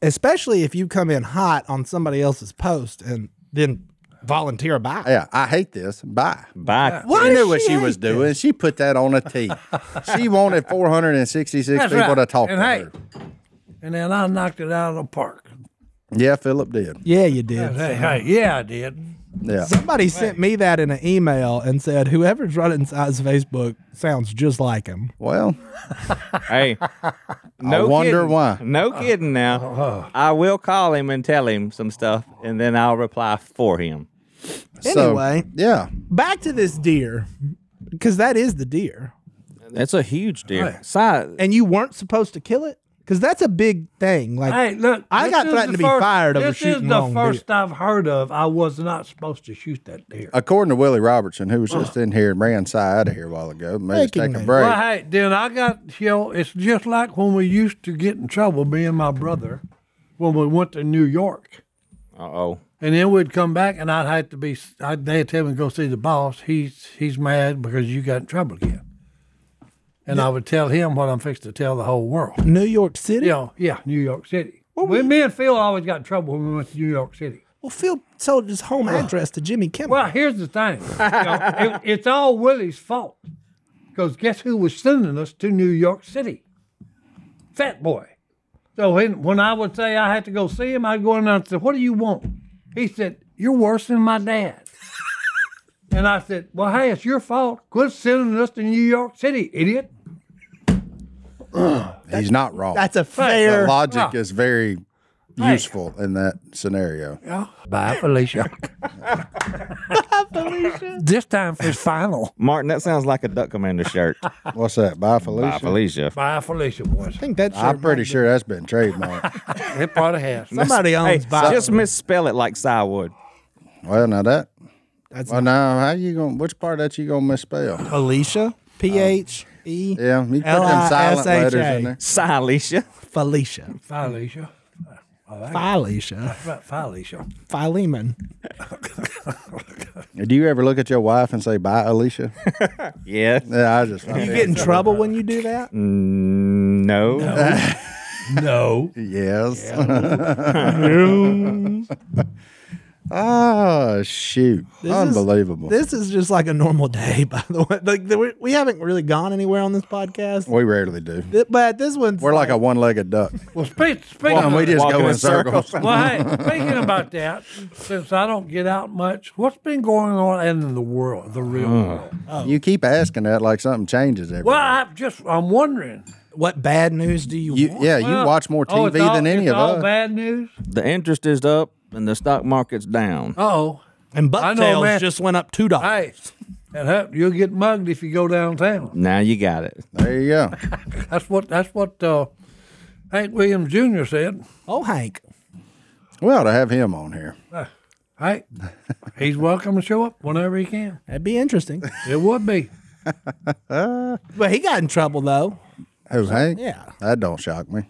[SPEAKER 2] Especially if you come in hot on somebody else's post and then volunteer a bye.
[SPEAKER 4] Yeah, I hate this. Bye.
[SPEAKER 1] By
[SPEAKER 2] Why
[SPEAKER 4] She
[SPEAKER 2] does
[SPEAKER 4] knew what she
[SPEAKER 2] hate
[SPEAKER 4] was
[SPEAKER 2] this?
[SPEAKER 4] doing. She put that on a T. she wanted 466
[SPEAKER 3] That's
[SPEAKER 4] people
[SPEAKER 3] right.
[SPEAKER 4] to talk
[SPEAKER 3] and
[SPEAKER 4] to
[SPEAKER 3] hey,
[SPEAKER 4] her.
[SPEAKER 3] and then I knocked it out of the park.
[SPEAKER 4] Yeah, Philip did.
[SPEAKER 2] Yeah, you did.
[SPEAKER 3] Hey, hey, yeah, I did.
[SPEAKER 4] Yeah.
[SPEAKER 2] Somebody sent me that in an email and said, whoever's running Size Facebook sounds just like him.
[SPEAKER 4] Well,
[SPEAKER 1] Hey, no
[SPEAKER 4] wonder
[SPEAKER 1] kidding.
[SPEAKER 4] why.
[SPEAKER 1] No
[SPEAKER 3] Uh,
[SPEAKER 1] kidding. Now, I will call him and tell him some stuff, and then I'll reply for him.
[SPEAKER 4] so,
[SPEAKER 2] Anyway.
[SPEAKER 4] yeah,
[SPEAKER 2] Back to this deer, because that is the deer.
[SPEAKER 1] That's a huge deal.
[SPEAKER 3] Right.
[SPEAKER 2] And you weren't supposed to kill it? Because that's a big thing. Like,
[SPEAKER 3] Hey, look.
[SPEAKER 2] I
[SPEAKER 3] this
[SPEAKER 2] got
[SPEAKER 3] is
[SPEAKER 2] threatened
[SPEAKER 3] the
[SPEAKER 2] to be fired over
[SPEAKER 3] this
[SPEAKER 2] shooting
[SPEAKER 3] is the
[SPEAKER 2] wrong
[SPEAKER 3] first I've heard of. I was not supposed to shoot that deer.
[SPEAKER 4] according to Willie Robertson, who was just in here and ran Si out of here a while ago, made us
[SPEAKER 2] Making
[SPEAKER 4] take a
[SPEAKER 2] me-
[SPEAKER 4] break.
[SPEAKER 3] Well, hey, then I got you know, it's just like when we used to get in trouble, me and my brother, when we went to New York.
[SPEAKER 1] Uh oh.
[SPEAKER 3] And then we'd come back, and I'd have to be. I'd, they'd tell me to go see the boss. He's he's mad because you got in trouble again. And I would tell him what I'm fixed to tell the whole world.
[SPEAKER 2] New York City?
[SPEAKER 3] You know, yeah, New York City. we, me and Phil always got in trouble when we went to New York City.
[SPEAKER 2] Well, Phil sold his home address to Jimmy Kimmel.
[SPEAKER 3] Well, here's the thing. You know, it- it's all Willie's fault. Because guess who was sending us to New York City? Fat Boy. So when, when I would say I had to go see him, I'd go in there and say, What do you want? He said, You're worse than my dad. and I said, Well, hey, it's your fault. Quit sending us to New York City, idiot.
[SPEAKER 4] He's not wrong.
[SPEAKER 2] that's a
[SPEAKER 4] the
[SPEAKER 2] fair.
[SPEAKER 4] logic is very useful in that scenario.
[SPEAKER 3] Bye, Felicia.
[SPEAKER 2] Felicia.
[SPEAKER 3] this time for his final.
[SPEAKER 1] Martin, that sounds like a Duck Commander shirt.
[SPEAKER 4] What's that? Bye, Felicia.
[SPEAKER 1] By Felicia.
[SPEAKER 3] Bye, Felicia, boys.
[SPEAKER 2] I think that's
[SPEAKER 4] I'm pretty sure that's been trademarked.
[SPEAKER 3] It probably has.
[SPEAKER 2] somebody
[SPEAKER 1] Hey,
[SPEAKER 2] owns Bible.
[SPEAKER 1] just misspell it like Si would.
[SPEAKER 4] well, now that.
[SPEAKER 2] That's
[SPEAKER 4] well, now how you gonna? Which part of that you gonna misspell?
[SPEAKER 2] Alicia. P H E.
[SPEAKER 4] Yeah, you put them silent
[SPEAKER 2] L-I-S-H-A.
[SPEAKER 4] letters in there.
[SPEAKER 1] Si Alicia.
[SPEAKER 2] Felicia.
[SPEAKER 3] Felicia.
[SPEAKER 2] Felicia.
[SPEAKER 3] Felicia.
[SPEAKER 2] Philemon.
[SPEAKER 4] Do you ever look at your wife and say "Bye, Alicia"?
[SPEAKER 1] Yeah.
[SPEAKER 4] yeah, I just.
[SPEAKER 2] You get in trouble when you do that?
[SPEAKER 1] No.
[SPEAKER 3] No.
[SPEAKER 4] Yes. Ah, shoot!
[SPEAKER 2] is-
[SPEAKER 4] Unbelievable.
[SPEAKER 2] This is just like a normal day, by the way. Like the, we- we haven't really gone anywhere on this podcast,
[SPEAKER 4] we rarely do.
[SPEAKER 2] Th- but this one's
[SPEAKER 4] We're like a one-legged duck,
[SPEAKER 3] Well, speak, speaking
[SPEAKER 4] and we
[SPEAKER 3] of-
[SPEAKER 4] just
[SPEAKER 1] Walk
[SPEAKER 4] go
[SPEAKER 1] in
[SPEAKER 4] in
[SPEAKER 1] a circle.
[SPEAKER 4] circles.
[SPEAKER 3] well, hey, speaking about that, since I don't get out much, what's been going on in the world, the real world?
[SPEAKER 4] You keep asking that like something changes every.
[SPEAKER 3] Well, I'm just, I'm wondering.
[SPEAKER 2] what bad news do you,
[SPEAKER 4] You,
[SPEAKER 2] want?
[SPEAKER 4] yeah,
[SPEAKER 3] Well,
[SPEAKER 4] you watch more
[SPEAKER 3] oh,
[SPEAKER 4] TV
[SPEAKER 3] it's all-
[SPEAKER 4] than any
[SPEAKER 3] it's
[SPEAKER 4] of
[SPEAKER 3] all
[SPEAKER 4] us.
[SPEAKER 3] bad news.
[SPEAKER 1] The interest is up and the stock market's down.
[SPEAKER 3] Oh,
[SPEAKER 2] And
[SPEAKER 3] I know,
[SPEAKER 2] bucktails
[SPEAKER 3] man.
[SPEAKER 2] just went up two dollars.
[SPEAKER 3] hey, and huh, you'll get mugged if you go downtown.
[SPEAKER 1] Now you got it.
[SPEAKER 4] There you go.
[SPEAKER 3] That's what that's what uh, Hank Williams Jr. said.
[SPEAKER 2] Oh, Hank.
[SPEAKER 4] We ought to have him on here.
[SPEAKER 3] Hey, he's welcome to show up whenever he can.
[SPEAKER 2] That'd be interesting.
[SPEAKER 3] It would be.
[SPEAKER 2] but he got in trouble though.
[SPEAKER 4] Who, Hank?
[SPEAKER 2] Yeah.
[SPEAKER 4] That don't shock me.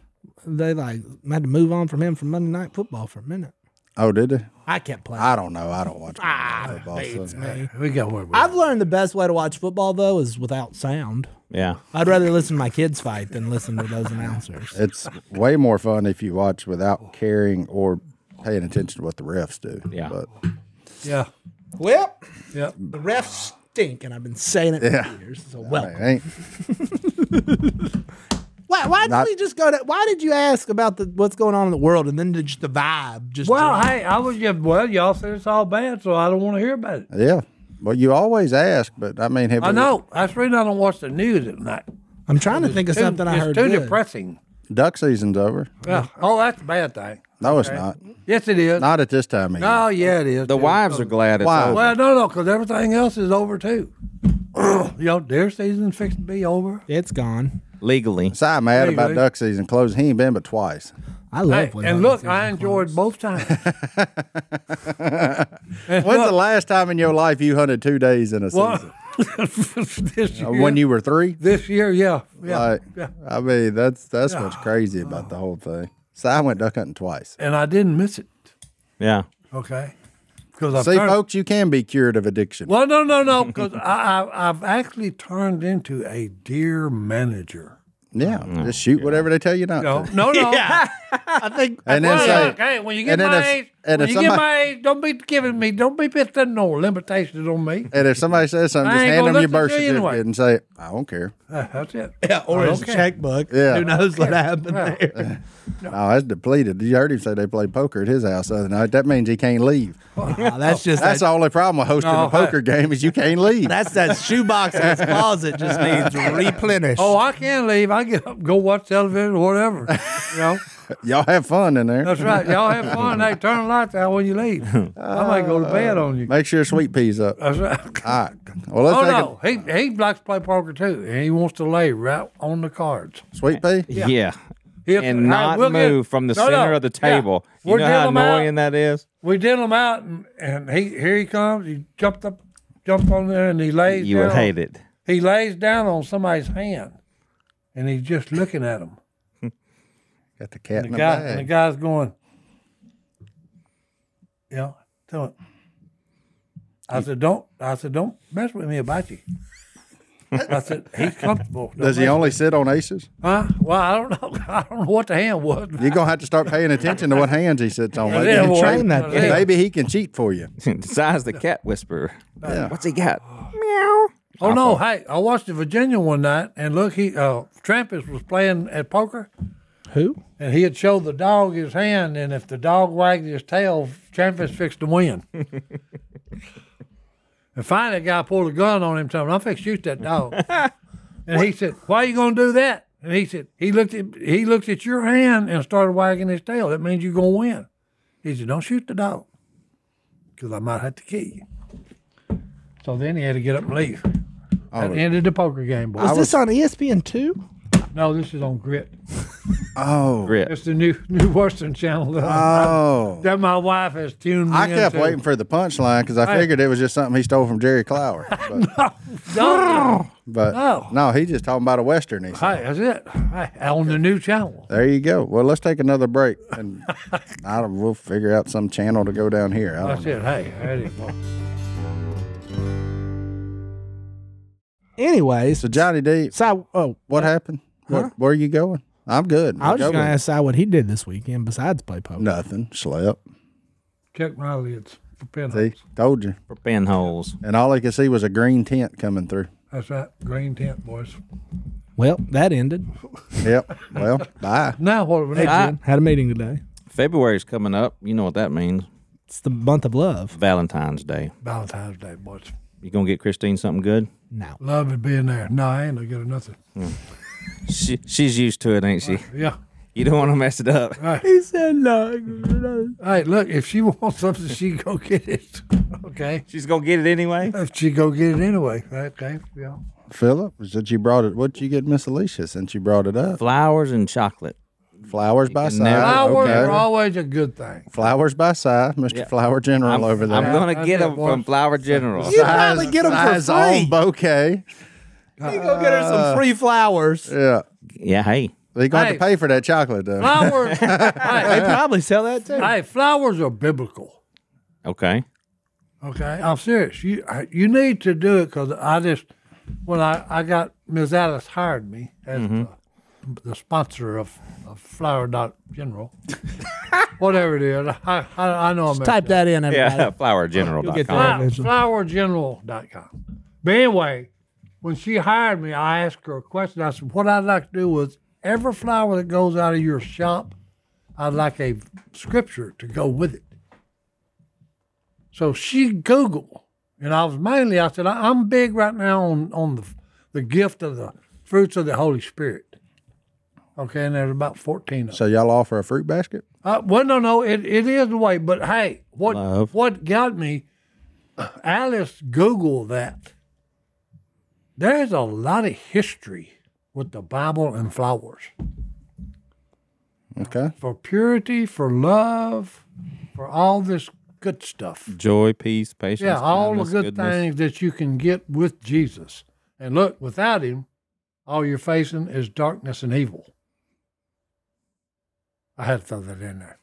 [SPEAKER 2] They like had to move on from him from Monday Night Football for a minute.
[SPEAKER 4] Oh, did they?
[SPEAKER 2] I kept playing.
[SPEAKER 4] I don't know. I don't watch
[SPEAKER 3] Ah,
[SPEAKER 4] football. so-
[SPEAKER 3] We got where we.
[SPEAKER 2] I've learned the best way to watch football though is without sound.
[SPEAKER 1] Yeah.
[SPEAKER 2] I'd rather listen to my kids fight than listen to those announcers.
[SPEAKER 4] It's way more fun if you watch without caring or paying attention to what the refs do.
[SPEAKER 1] Yeah.
[SPEAKER 4] But
[SPEAKER 3] yeah,
[SPEAKER 2] Well,
[SPEAKER 3] yeah.
[SPEAKER 2] the refs stink, and I've been saying it
[SPEAKER 4] Yeah.
[SPEAKER 2] for years. So
[SPEAKER 4] I
[SPEAKER 2] welcome.
[SPEAKER 4] ain't
[SPEAKER 2] Why, why did
[SPEAKER 4] Not-
[SPEAKER 2] we just go to? Why did you ask about the what's going on in the world and then just the vibe? Just
[SPEAKER 3] Well, hey, I was just well. Y'all said it's all bad, so I don't want to hear about it.
[SPEAKER 4] yeah. Well, you always ask, but I mean, have
[SPEAKER 3] I
[SPEAKER 4] we-
[SPEAKER 3] know. That's the reason I don't watch the news at night.
[SPEAKER 2] I'm trying to think of
[SPEAKER 3] Too-
[SPEAKER 2] something I
[SPEAKER 3] it's
[SPEAKER 2] heard.
[SPEAKER 3] too
[SPEAKER 2] good.
[SPEAKER 3] depressing.
[SPEAKER 4] duck season's over.
[SPEAKER 3] Yeah. Oh, that's a bad thing.
[SPEAKER 4] No, it's not.
[SPEAKER 3] Yes, it is.
[SPEAKER 4] Not at this time of year.
[SPEAKER 3] oh, yeah, it is.
[SPEAKER 1] The
[SPEAKER 3] too.
[SPEAKER 1] wives are glad it's
[SPEAKER 4] Why?
[SPEAKER 1] over.
[SPEAKER 3] Well, no, no, because everything else is over too. you know, deer season's fixed to be over.
[SPEAKER 2] It's gone.
[SPEAKER 1] Legally.
[SPEAKER 4] Si mad
[SPEAKER 3] Hey,
[SPEAKER 4] about
[SPEAKER 3] hey.
[SPEAKER 4] duck season closing. He ain't been but twice.
[SPEAKER 2] I love
[SPEAKER 3] Hey,
[SPEAKER 2] when
[SPEAKER 3] and
[SPEAKER 2] hunting
[SPEAKER 3] look,
[SPEAKER 2] season
[SPEAKER 3] I enjoyed both times.
[SPEAKER 4] When's the last time in your life you hunted two days in a season?
[SPEAKER 3] Well, this year,
[SPEAKER 4] Uh, When you were three?
[SPEAKER 3] this year, yeah, yeah,
[SPEAKER 4] Like,
[SPEAKER 3] yeah.
[SPEAKER 4] I mean, that's that's what's crazy about the whole thing. So I went duck hunting twice.
[SPEAKER 3] and I didn't miss it.
[SPEAKER 1] Yeah.
[SPEAKER 3] Okay, because I
[SPEAKER 4] See,
[SPEAKER 3] turned-
[SPEAKER 4] folks, you can be cured of addiction.
[SPEAKER 3] Well, no, no, no, because I, I, I've actually turned into a deer manager.
[SPEAKER 4] Yeah, just shoot whatever they tell you not
[SPEAKER 3] No,
[SPEAKER 4] to.
[SPEAKER 3] no, no.
[SPEAKER 2] I think
[SPEAKER 4] And then
[SPEAKER 3] Well,
[SPEAKER 4] say,
[SPEAKER 3] look, hey, when you get
[SPEAKER 4] and then
[SPEAKER 3] my
[SPEAKER 4] if,
[SPEAKER 3] age,
[SPEAKER 4] and
[SPEAKER 3] When
[SPEAKER 4] if
[SPEAKER 3] you get
[SPEAKER 4] somebody
[SPEAKER 3] my age, don't be giving me, don't be putting no limitations on me.
[SPEAKER 4] and if somebody says something,
[SPEAKER 3] I
[SPEAKER 4] just
[SPEAKER 3] ain't
[SPEAKER 4] hand
[SPEAKER 3] gonna
[SPEAKER 4] them your
[SPEAKER 3] listen to
[SPEAKER 4] birth
[SPEAKER 3] you
[SPEAKER 4] certificate
[SPEAKER 3] anyway.
[SPEAKER 4] and say, "I don't care."
[SPEAKER 3] Uh, That's it.
[SPEAKER 2] Yeah, or his
[SPEAKER 3] Okay.
[SPEAKER 2] checkbook.
[SPEAKER 4] Yeah.
[SPEAKER 2] Who knows what happened there?
[SPEAKER 4] Oh, that's depleted. You heard him say they played poker at his house the other night. That means he can't leave.
[SPEAKER 2] Nah, that's just
[SPEAKER 4] That's
[SPEAKER 2] that,
[SPEAKER 4] the only problem with hosting
[SPEAKER 3] No,
[SPEAKER 4] a poker game is you can't leave.
[SPEAKER 2] that's that shoebox in his closet just needs replenished.
[SPEAKER 3] Oh, I can leave. I get up, go watch television or whatever. You know,
[SPEAKER 4] Y'all have fun in there.
[SPEAKER 3] that's right. Y'all have fun. Hey, turn the lights out when you leave. I might go to bed on you.
[SPEAKER 4] Make sure sweet pea's up.
[SPEAKER 3] That's right.
[SPEAKER 4] All right. Ah, Well, let's
[SPEAKER 3] Oh
[SPEAKER 4] take
[SPEAKER 3] no, he he likes to play poker too, and he wants to lay right on the cards.
[SPEAKER 4] a sweet pea.
[SPEAKER 1] Yeah.
[SPEAKER 3] He'll-
[SPEAKER 1] And not
[SPEAKER 3] Hey, we'll get-
[SPEAKER 1] move from the
[SPEAKER 3] No, no,
[SPEAKER 1] center of the
[SPEAKER 3] yeah.
[SPEAKER 1] table. You
[SPEAKER 3] We'll
[SPEAKER 1] know
[SPEAKER 3] deal
[SPEAKER 1] how
[SPEAKER 3] 'em out.
[SPEAKER 1] annoying that is?
[SPEAKER 3] We did him out, and, and he here he comes. He jumped up, jumped on there, and he lays.
[SPEAKER 1] You
[SPEAKER 3] down.
[SPEAKER 1] would hate it.
[SPEAKER 3] He lays down on somebody's hand, and he's just looking at him.
[SPEAKER 4] Got the cat in
[SPEAKER 3] The
[SPEAKER 4] the
[SPEAKER 3] guy and the
[SPEAKER 4] bag.
[SPEAKER 3] guy's going, you know, tell him. I said, don't. I said, don't mess with me about you. I said, he's comfortable. Don't
[SPEAKER 4] Does he
[SPEAKER 3] mess-
[SPEAKER 4] only sit on aces?
[SPEAKER 3] Huh? Well, I don't know. I don't know what the hand was.
[SPEAKER 4] You're gonna have to start paying attention to what hands he sits on. Maybe,
[SPEAKER 3] Yeah,
[SPEAKER 4] he can
[SPEAKER 3] boy.
[SPEAKER 4] train-
[SPEAKER 2] that
[SPEAKER 3] Yeah.
[SPEAKER 4] maybe he can cheat for you.
[SPEAKER 1] Besides the cat whisperer.
[SPEAKER 4] Yeah.
[SPEAKER 1] What's he got?
[SPEAKER 3] Oh no! Hey, I watched the Virginia one night, and look, he uh, Trampus was playing at poker,
[SPEAKER 2] Who?
[SPEAKER 3] and he had showed the dog his hand, and if the dog wagged his tail, Trampus fixed to win. and finally, a guy pulled a gun on him, telling him, "I'm fixing to shoot that dog." and he said, "Why you going to do that?" And he said, "He looked at he looked at your hand and started wagging his tail. That means you're going to win." He said, "Don't shoot the dog, because I might have to kill you." So then he had to get up and leave. That ended the poker game, boy.
[SPEAKER 2] Was, this on E ESPN two?
[SPEAKER 3] No, this is on Grit.
[SPEAKER 4] Oh,
[SPEAKER 1] Grit.
[SPEAKER 3] It's the new new Western channel that, I-
[SPEAKER 4] oh.
[SPEAKER 3] that my wife has tuned me
[SPEAKER 4] I kept
[SPEAKER 3] into.
[SPEAKER 4] waiting for the punchline because I figured it was just something he stole from Jerry Clower. But,
[SPEAKER 3] No,
[SPEAKER 4] but
[SPEAKER 3] No.
[SPEAKER 4] no, he's just talking about a western. He said.
[SPEAKER 3] hey, that's it. Hey, on the new channel.
[SPEAKER 4] There you go. Well, let's take another break, and I don't, we'll figure out some channel to go down here. I don't
[SPEAKER 3] That's
[SPEAKER 4] know.
[SPEAKER 3] it. Hey, that is, boy.
[SPEAKER 2] Anyways,
[SPEAKER 4] So Johnny D,
[SPEAKER 2] Si, oh,
[SPEAKER 4] what happened? What, where are you going? I'm good.
[SPEAKER 2] I was
[SPEAKER 4] Go
[SPEAKER 2] just gonna
[SPEAKER 4] with-
[SPEAKER 2] ask Si what he did this weekend besides play poker.
[SPEAKER 4] nothing. Slept.
[SPEAKER 3] Check my lids for
[SPEAKER 4] See,
[SPEAKER 3] pinholes.
[SPEAKER 4] told you.
[SPEAKER 1] For pinholes.
[SPEAKER 4] And all I could see was a green tent coming through.
[SPEAKER 3] That's right. Green tent, boys.
[SPEAKER 2] Well, that ended.
[SPEAKER 4] Yep. Well, bye.
[SPEAKER 3] Now what? do We need
[SPEAKER 1] I-
[SPEAKER 3] to-
[SPEAKER 2] Had a meeting today.
[SPEAKER 1] February's coming up. You know what that means.
[SPEAKER 2] It's the month of love.
[SPEAKER 1] Valentine's Day.
[SPEAKER 3] Valentine's Day, boys.
[SPEAKER 1] You gonna get Christine something good?
[SPEAKER 2] No.
[SPEAKER 3] Love it being there. No, I ain't gonna get her nothing.
[SPEAKER 1] She, she's used to it, ain't she?
[SPEAKER 3] Yeah.
[SPEAKER 1] You don't want to mess it up.
[SPEAKER 2] He said no.
[SPEAKER 3] Hey, look, if she wants something, she go get it. Okay.
[SPEAKER 1] She's gonna get it anyway.
[SPEAKER 3] If she go get it anyway. Okay. Yeah.
[SPEAKER 4] Philip, since you brought it, what'd you get Miss Alicia since you brought it up?
[SPEAKER 1] Flowers and chocolate.
[SPEAKER 4] Flowers by
[SPEAKER 1] can
[SPEAKER 4] side.
[SPEAKER 1] never-
[SPEAKER 3] Flowers
[SPEAKER 4] okay.
[SPEAKER 3] are always a good thing.
[SPEAKER 4] Flowers by side. mister Flower General
[SPEAKER 1] I'm,
[SPEAKER 4] over there.
[SPEAKER 1] I'm gonna
[SPEAKER 3] That's
[SPEAKER 1] get
[SPEAKER 3] it,
[SPEAKER 1] them
[SPEAKER 3] boys.
[SPEAKER 1] from Flower General.
[SPEAKER 2] You probably get 'em for
[SPEAKER 4] Size on
[SPEAKER 2] free.
[SPEAKER 4] bouquet.
[SPEAKER 2] You go get her some free flowers.
[SPEAKER 4] Yeah.
[SPEAKER 1] Yeah, hey.
[SPEAKER 4] They're going to
[SPEAKER 3] Hey.
[SPEAKER 4] have to pay for that chocolate, though.
[SPEAKER 3] Flowers.
[SPEAKER 2] They
[SPEAKER 3] hey,
[SPEAKER 2] probably sell that too.
[SPEAKER 3] hey, flowers are biblical.
[SPEAKER 1] Okay.
[SPEAKER 3] Okay, I'm serious. You I- you need to do it because I just when I I got Ms. Alice hired me as the, the sponsor of, of Flower Dot General, whatever it is. I I, I know I'm
[SPEAKER 2] Type that in, everybody.
[SPEAKER 1] Yeah,
[SPEAKER 2] get
[SPEAKER 1] flowergeneral.com.
[SPEAKER 2] that.
[SPEAKER 3] Fly, flowergeneral.com. But anyway, when she hired me, I asked her a question. I said, What I'd like to do is every flower that goes out of your shop, I'd like a scripture to go with it. So she Googled, and I was mainly, I said, "I- I'm big right now on, on the, the gift of the fruits of the Holy Spirit. Okay, and there's about 14 of them.
[SPEAKER 4] So y'all offer a fruit basket?
[SPEAKER 3] Uh, well, no, no, it, it is the way. But hey, what
[SPEAKER 1] Love.
[SPEAKER 3] what got me? Alice Google that. There's a lot of history with the Bible and flowers
[SPEAKER 4] Okay.
[SPEAKER 3] for purity, for love, for all this good stuff.
[SPEAKER 1] Joy, peace, patience.
[SPEAKER 3] Yeah, all
[SPEAKER 1] kindness,
[SPEAKER 3] the good
[SPEAKER 1] goodness.
[SPEAKER 3] things that you can get with Jesus. And look, without him, all you're facing is darkness and evil. I had to throw that in there.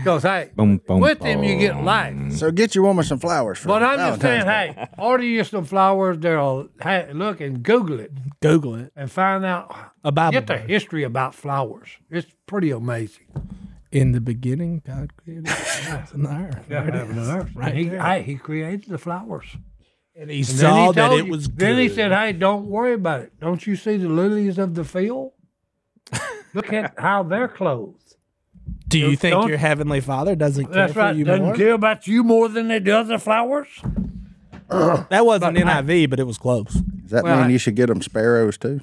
[SPEAKER 3] Because, hey,
[SPEAKER 1] Boom, boom,
[SPEAKER 3] with him, you get
[SPEAKER 1] boom.
[SPEAKER 3] life.
[SPEAKER 4] So get your woman some flowers for
[SPEAKER 3] But I'm just
[SPEAKER 4] Valentine's
[SPEAKER 3] saying,
[SPEAKER 4] Day.
[SPEAKER 3] hey, order you some flowers. They'll hey, look and Google it
[SPEAKER 2] Google it.
[SPEAKER 3] and find out.
[SPEAKER 2] A Bible
[SPEAKER 3] Get the
[SPEAKER 2] verse.
[SPEAKER 3] history about flowers. It's pretty amazing.
[SPEAKER 2] In the beginning, God created the heavens and the earth.
[SPEAKER 3] Yeah,
[SPEAKER 2] There it
[SPEAKER 3] heaven
[SPEAKER 2] is.
[SPEAKER 3] and earth.
[SPEAKER 2] Right
[SPEAKER 3] He,
[SPEAKER 2] there.
[SPEAKER 3] hey, he created the flowers.
[SPEAKER 2] And he
[SPEAKER 3] And
[SPEAKER 2] saw that
[SPEAKER 3] told
[SPEAKER 2] it
[SPEAKER 3] you-
[SPEAKER 2] was good.
[SPEAKER 3] Then he said, "Hey, don't worry about it. Don't you see the lilies of the field? Look at how they're clothed.
[SPEAKER 2] Do you think
[SPEAKER 3] don't-
[SPEAKER 2] your heavenly father doesn't care
[SPEAKER 3] That's
[SPEAKER 2] for
[SPEAKER 3] right.
[SPEAKER 2] you
[SPEAKER 3] Doesn't
[SPEAKER 2] more?
[SPEAKER 3] care about you more than it does the flowers.
[SPEAKER 2] That wasn't NIV, but it was close.
[SPEAKER 4] Does that
[SPEAKER 3] Well,
[SPEAKER 4] mean
[SPEAKER 3] I-
[SPEAKER 4] you should get them sparrows too?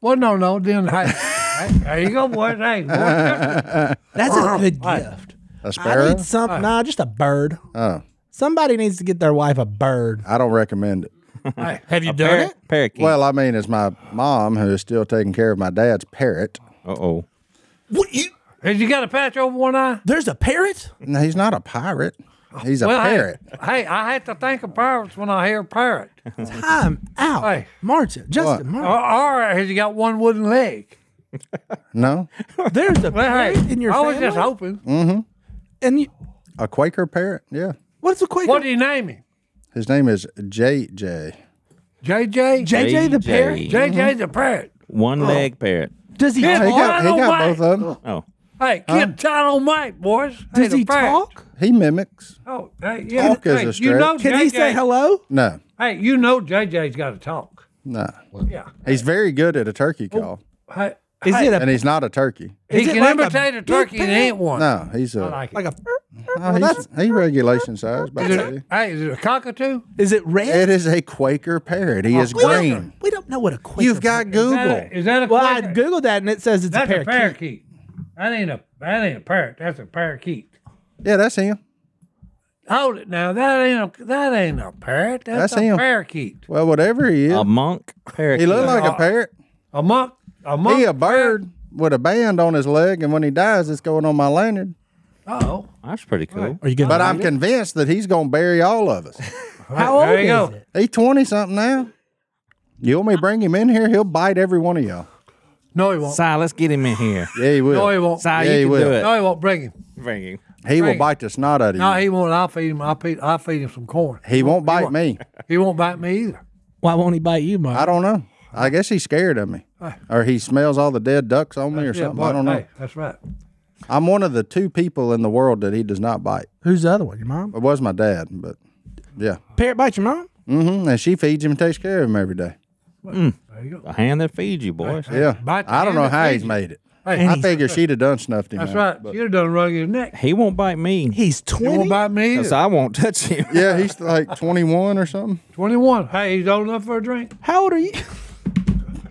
[SPEAKER 3] Well, no, no. Then hey, hey, there you go, boys. Hey, boys,
[SPEAKER 2] That's a good gift.
[SPEAKER 4] A
[SPEAKER 2] I
[SPEAKER 4] sparrow?
[SPEAKER 2] need something. Nah, just a bird.
[SPEAKER 4] Oh,
[SPEAKER 2] Somebody needs to get their wife a bird.
[SPEAKER 4] I don't recommend it.
[SPEAKER 3] hey,
[SPEAKER 2] Have you done
[SPEAKER 1] Parrot?
[SPEAKER 2] it?
[SPEAKER 1] Parakeet.
[SPEAKER 4] Well, I mean, it's my mom who is still taking care of my dad's parrot.
[SPEAKER 1] uh oh.
[SPEAKER 2] What, you,
[SPEAKER 3] has you got a patch over one eye?
[SPEAKER 2] there's a parrot?
[SPEAKER 4] No, he's not a pirate. He's a
[SPEAKER 3] well, hey,
[SPEAKER 4] parrot.
[SPEAKER 3] Hey, I have to think of pirates when I hear parrot.
[SPEAKER 2] Time out.
[SPEAKER 3] Hey.
[SPEAKER 2] Martin, Justin,
[SPEAKER 3] or,
[SPEAKER 2] Martin.
[SPEAKER 3] or has you got one wooden leg?
[SPEAKER 4] No,
[SPEAKER 2] There's a
[SPEAKER 3] Well, Oh. hey,
[SPEAKER 2] parrot in your
[SPEAKER 3] I was
[SPEAKER 2] family.
[SPEAKER 3] just hoping.
[SPEAKER 2] and you,
[SPEAKER 4] a Quaker parrot. Yeah,
[SPEAKER 2] what's the Quaker?
[SPEAKER 3] What do you name him?
[SPEAKER 4] his name is JJ.
[SPEAKER 3] JJ.
[SPEAKER 2] JJ the parrot? Oh.
[SPEAKER 3] JJ the parrot.
[SPEAKER 1] One leg parrot.
[SPEAKER 2] Does he
[SPEAKER 3] Yeah,
[SPEAKER 4] He
[SPEAKER 2] talk?
[SPEAKER 3] Well, Oh, I
[SPEAKER 4] got, he
[SPEAKER 3] don't
[SPEAKER 4] got
[SPEAKER 3] mind.
[SPEAKER 4] both of them.
[SPEAKER 1] Oh.
[SPEAKER 3] Hey, get tight on Mike, boys. Hey,
[SPEAKER 2] Does
[SPEAKER 3] the
[SPEAKER 2] he
[SPEAKER 3] parrot.
[SPEAKER 2] talk?
[SPEAKER 4] He mimics.
[SPEAKER 3] Oh, hey, yeah.
[SPEAKER 4] Talk is
[SPEAKER 3] hey,
[SPEAKER 4] a
[SPEAKER 3] You
[SPEAKER 4] stretch.
[SPEAKER 3] know
[SPEAKER 2] Can
[SPEAKER 3] JJ,
[SPEAKER 2] he say hello?
[SPEAKER 4] No,
[SPEAKER 3] Hey, you know JJ's got to talk.
[SPEAKER 4] no.
[SPEAKER 3] Yeah. Oh.
[SPEAKER 4] He's very good at a turkey call,
[SPEAKER 3] Hey,
[SPEAKER 2] Is it a
[SPEAKER 4] and he's not a turkey.
[SPEAKER 3] he
[SPEAKER 2] Is it
[SPEAKER 3] can
[SPEAKER 2] like a
[SPEAKER 3] imitate a,
[SPEAKER 2] big
[SPEAKER 3] turkey and
[SPEAKER 2] parrot?
[SPEAKER 3] ain't one.
[SPEAKER 4] No, he's a.
[SPEAKER 3] I like it.
[SPEAKER 2] like a?
[SPEAKER 4] no, he's, he regulation size. But
[SPEAKER 3] Is it- hey, is it a cockatoo?
[SPEAKER 2] Is it red?
[SPEAKER 4] it is a Quaker parrot. He is
[SPEAKER 2] We don't-
[SPEAKER 4] green.
[SPEAKER 2] We don't know what a Quaker.
[SPEAKER 4] You've got
[SPEAKER 3] Oh, Is that
[SPEAKER 4] Google.
[SPEAKER 3] a- Is that a
[SPEAKER 2] Well, I
[SPEAKER 3] quaker?
[SPEAKER 2] googled that and it says it's
[SPEAKER 3] That's
[SPEAKER 2] a parakeet.
[SPEAKER 3] That ain't a that ain't a parrot. That's a parakeet.
[SPEAKER 4] Yeah, that's him.
[SPEAKER 3] Hold it now. That ain't a that ain't a parrot. That's,
[SPEAKER 4] That's
[SPEAKER 3] a
[SPEAKER 4] him.
[SPEAKER 3] parakeet.
[SPEAKER 4] Well, whatever he is,
[SPEAKER 1] A monk parakeet.
[SPEAKER 4] he looked like a parrot.
[SPEAKER 3] uh, A monk. A monk.
[SPEAKER 4] He a bird with a band on his leg, and when he dies, it's going on my lantern.
[SPEAKER 3] Oh,
[SPEAKER 1] That's pretty cool.
[SPEAKER 2] Are you gonna?
[SPEAKER 4] But I'm convinced that he's going to bury all of us.
[SPEAKER 2] How old
[SPEAKER 3] There you
[SPEAKER 2] is
[SPEAKER 3] go.
[SPEAKER 2] it?
[SPEAKER 4] He's 20 something now. You want me to bring him in here? He'll bite every one of y'all.
[SPEAKER 3] no, he won't.
[SPEAKER 1] Si, let's get him in here.
[SPEAKER 4] Yeah, he will.
[SPEAKER 3] No, he won't.
[SPEAKER 1] Si, you
[SPEAKER 4] he
[SPEAKER 1] can
[SPEAKER 4] will.
[SPEAKER 1] do it.
[SPEAKER 3] No, he won't bring him.
[SPEAKER 1] Bring him.
[SPEAKER 4] He will
[SPEAKER 3] Right.
[SPEAKER 4] bite the snot out of you.
[SPEAKER 3] No, he won't. I'll feed him. I'll feed, I'll feed him some corn.
[SPEAKER 4] he, won't bite me.
[SPEAKER 3] He won't bite me either.
[SPEAKER 2] Why won't he bite you, Mark?
[SPEAKER 4] I don't know. I guess he's scared of me. Or he smells all the dead ducks on me or something. I
[SPEAKER 3] but,
[SPEAKER 4] don't know.
[SPEAKER 3] hey, that's right.
[SPEAKER 4] I'm one of the two people in the world that he does not bite.
[SPEAKER 2] Who's the other one? Your mom?
[SPEAKER 4] It was my dad, but yeah.
[SPEAKER 2] Parrot bite your mom?
[SPEAKER 4] hmm And she feeds him and takes care of him every day.
[SPEAKER 3] There you go.
[SPEAKER 1] The hand that feeds you, boys.
[SPEAKER 4] Yeah.
[SPEAKER 3] Bite the
[SPEAKER 4] I
[SPEAKER 3] hand
[SPEAKER 4] don't know
[SPEAKER 3] that
[SPEAKER 4] how
[SPEAKER 3] feeds
[SPEAKER 4] he's
[SPEAKER 3] you.
[SPEAKER 4] made it.
[SPEAKER 3] Hey,
[SPEAKER 4] I figure she'd have done snuffed him.
[SPEAKER 3] that's
[SPEAKER 4] out,
[SPEAKER 3] right.
[SPEAKER 4] but-
[SPEAKER 3] You'd have done wrung his neck.
[SPEAKER 1] He won't bite me.
[SPEAKER 2] He's
[SPEAKER 3] He
[SPEAKER 2] twenty.
[SPEAKER 3] won't bite me
[SPEAKER 1] Because
[SPEAKER 3] either.
[SPEAKER 1] I won't touch him.
[SPEAKER 4] Yeah, he's like 21 or something.
[SPEAKER 3] Twenty-one. Hey, he's old enough for a drink,
[SPEAKER 2] How old are you?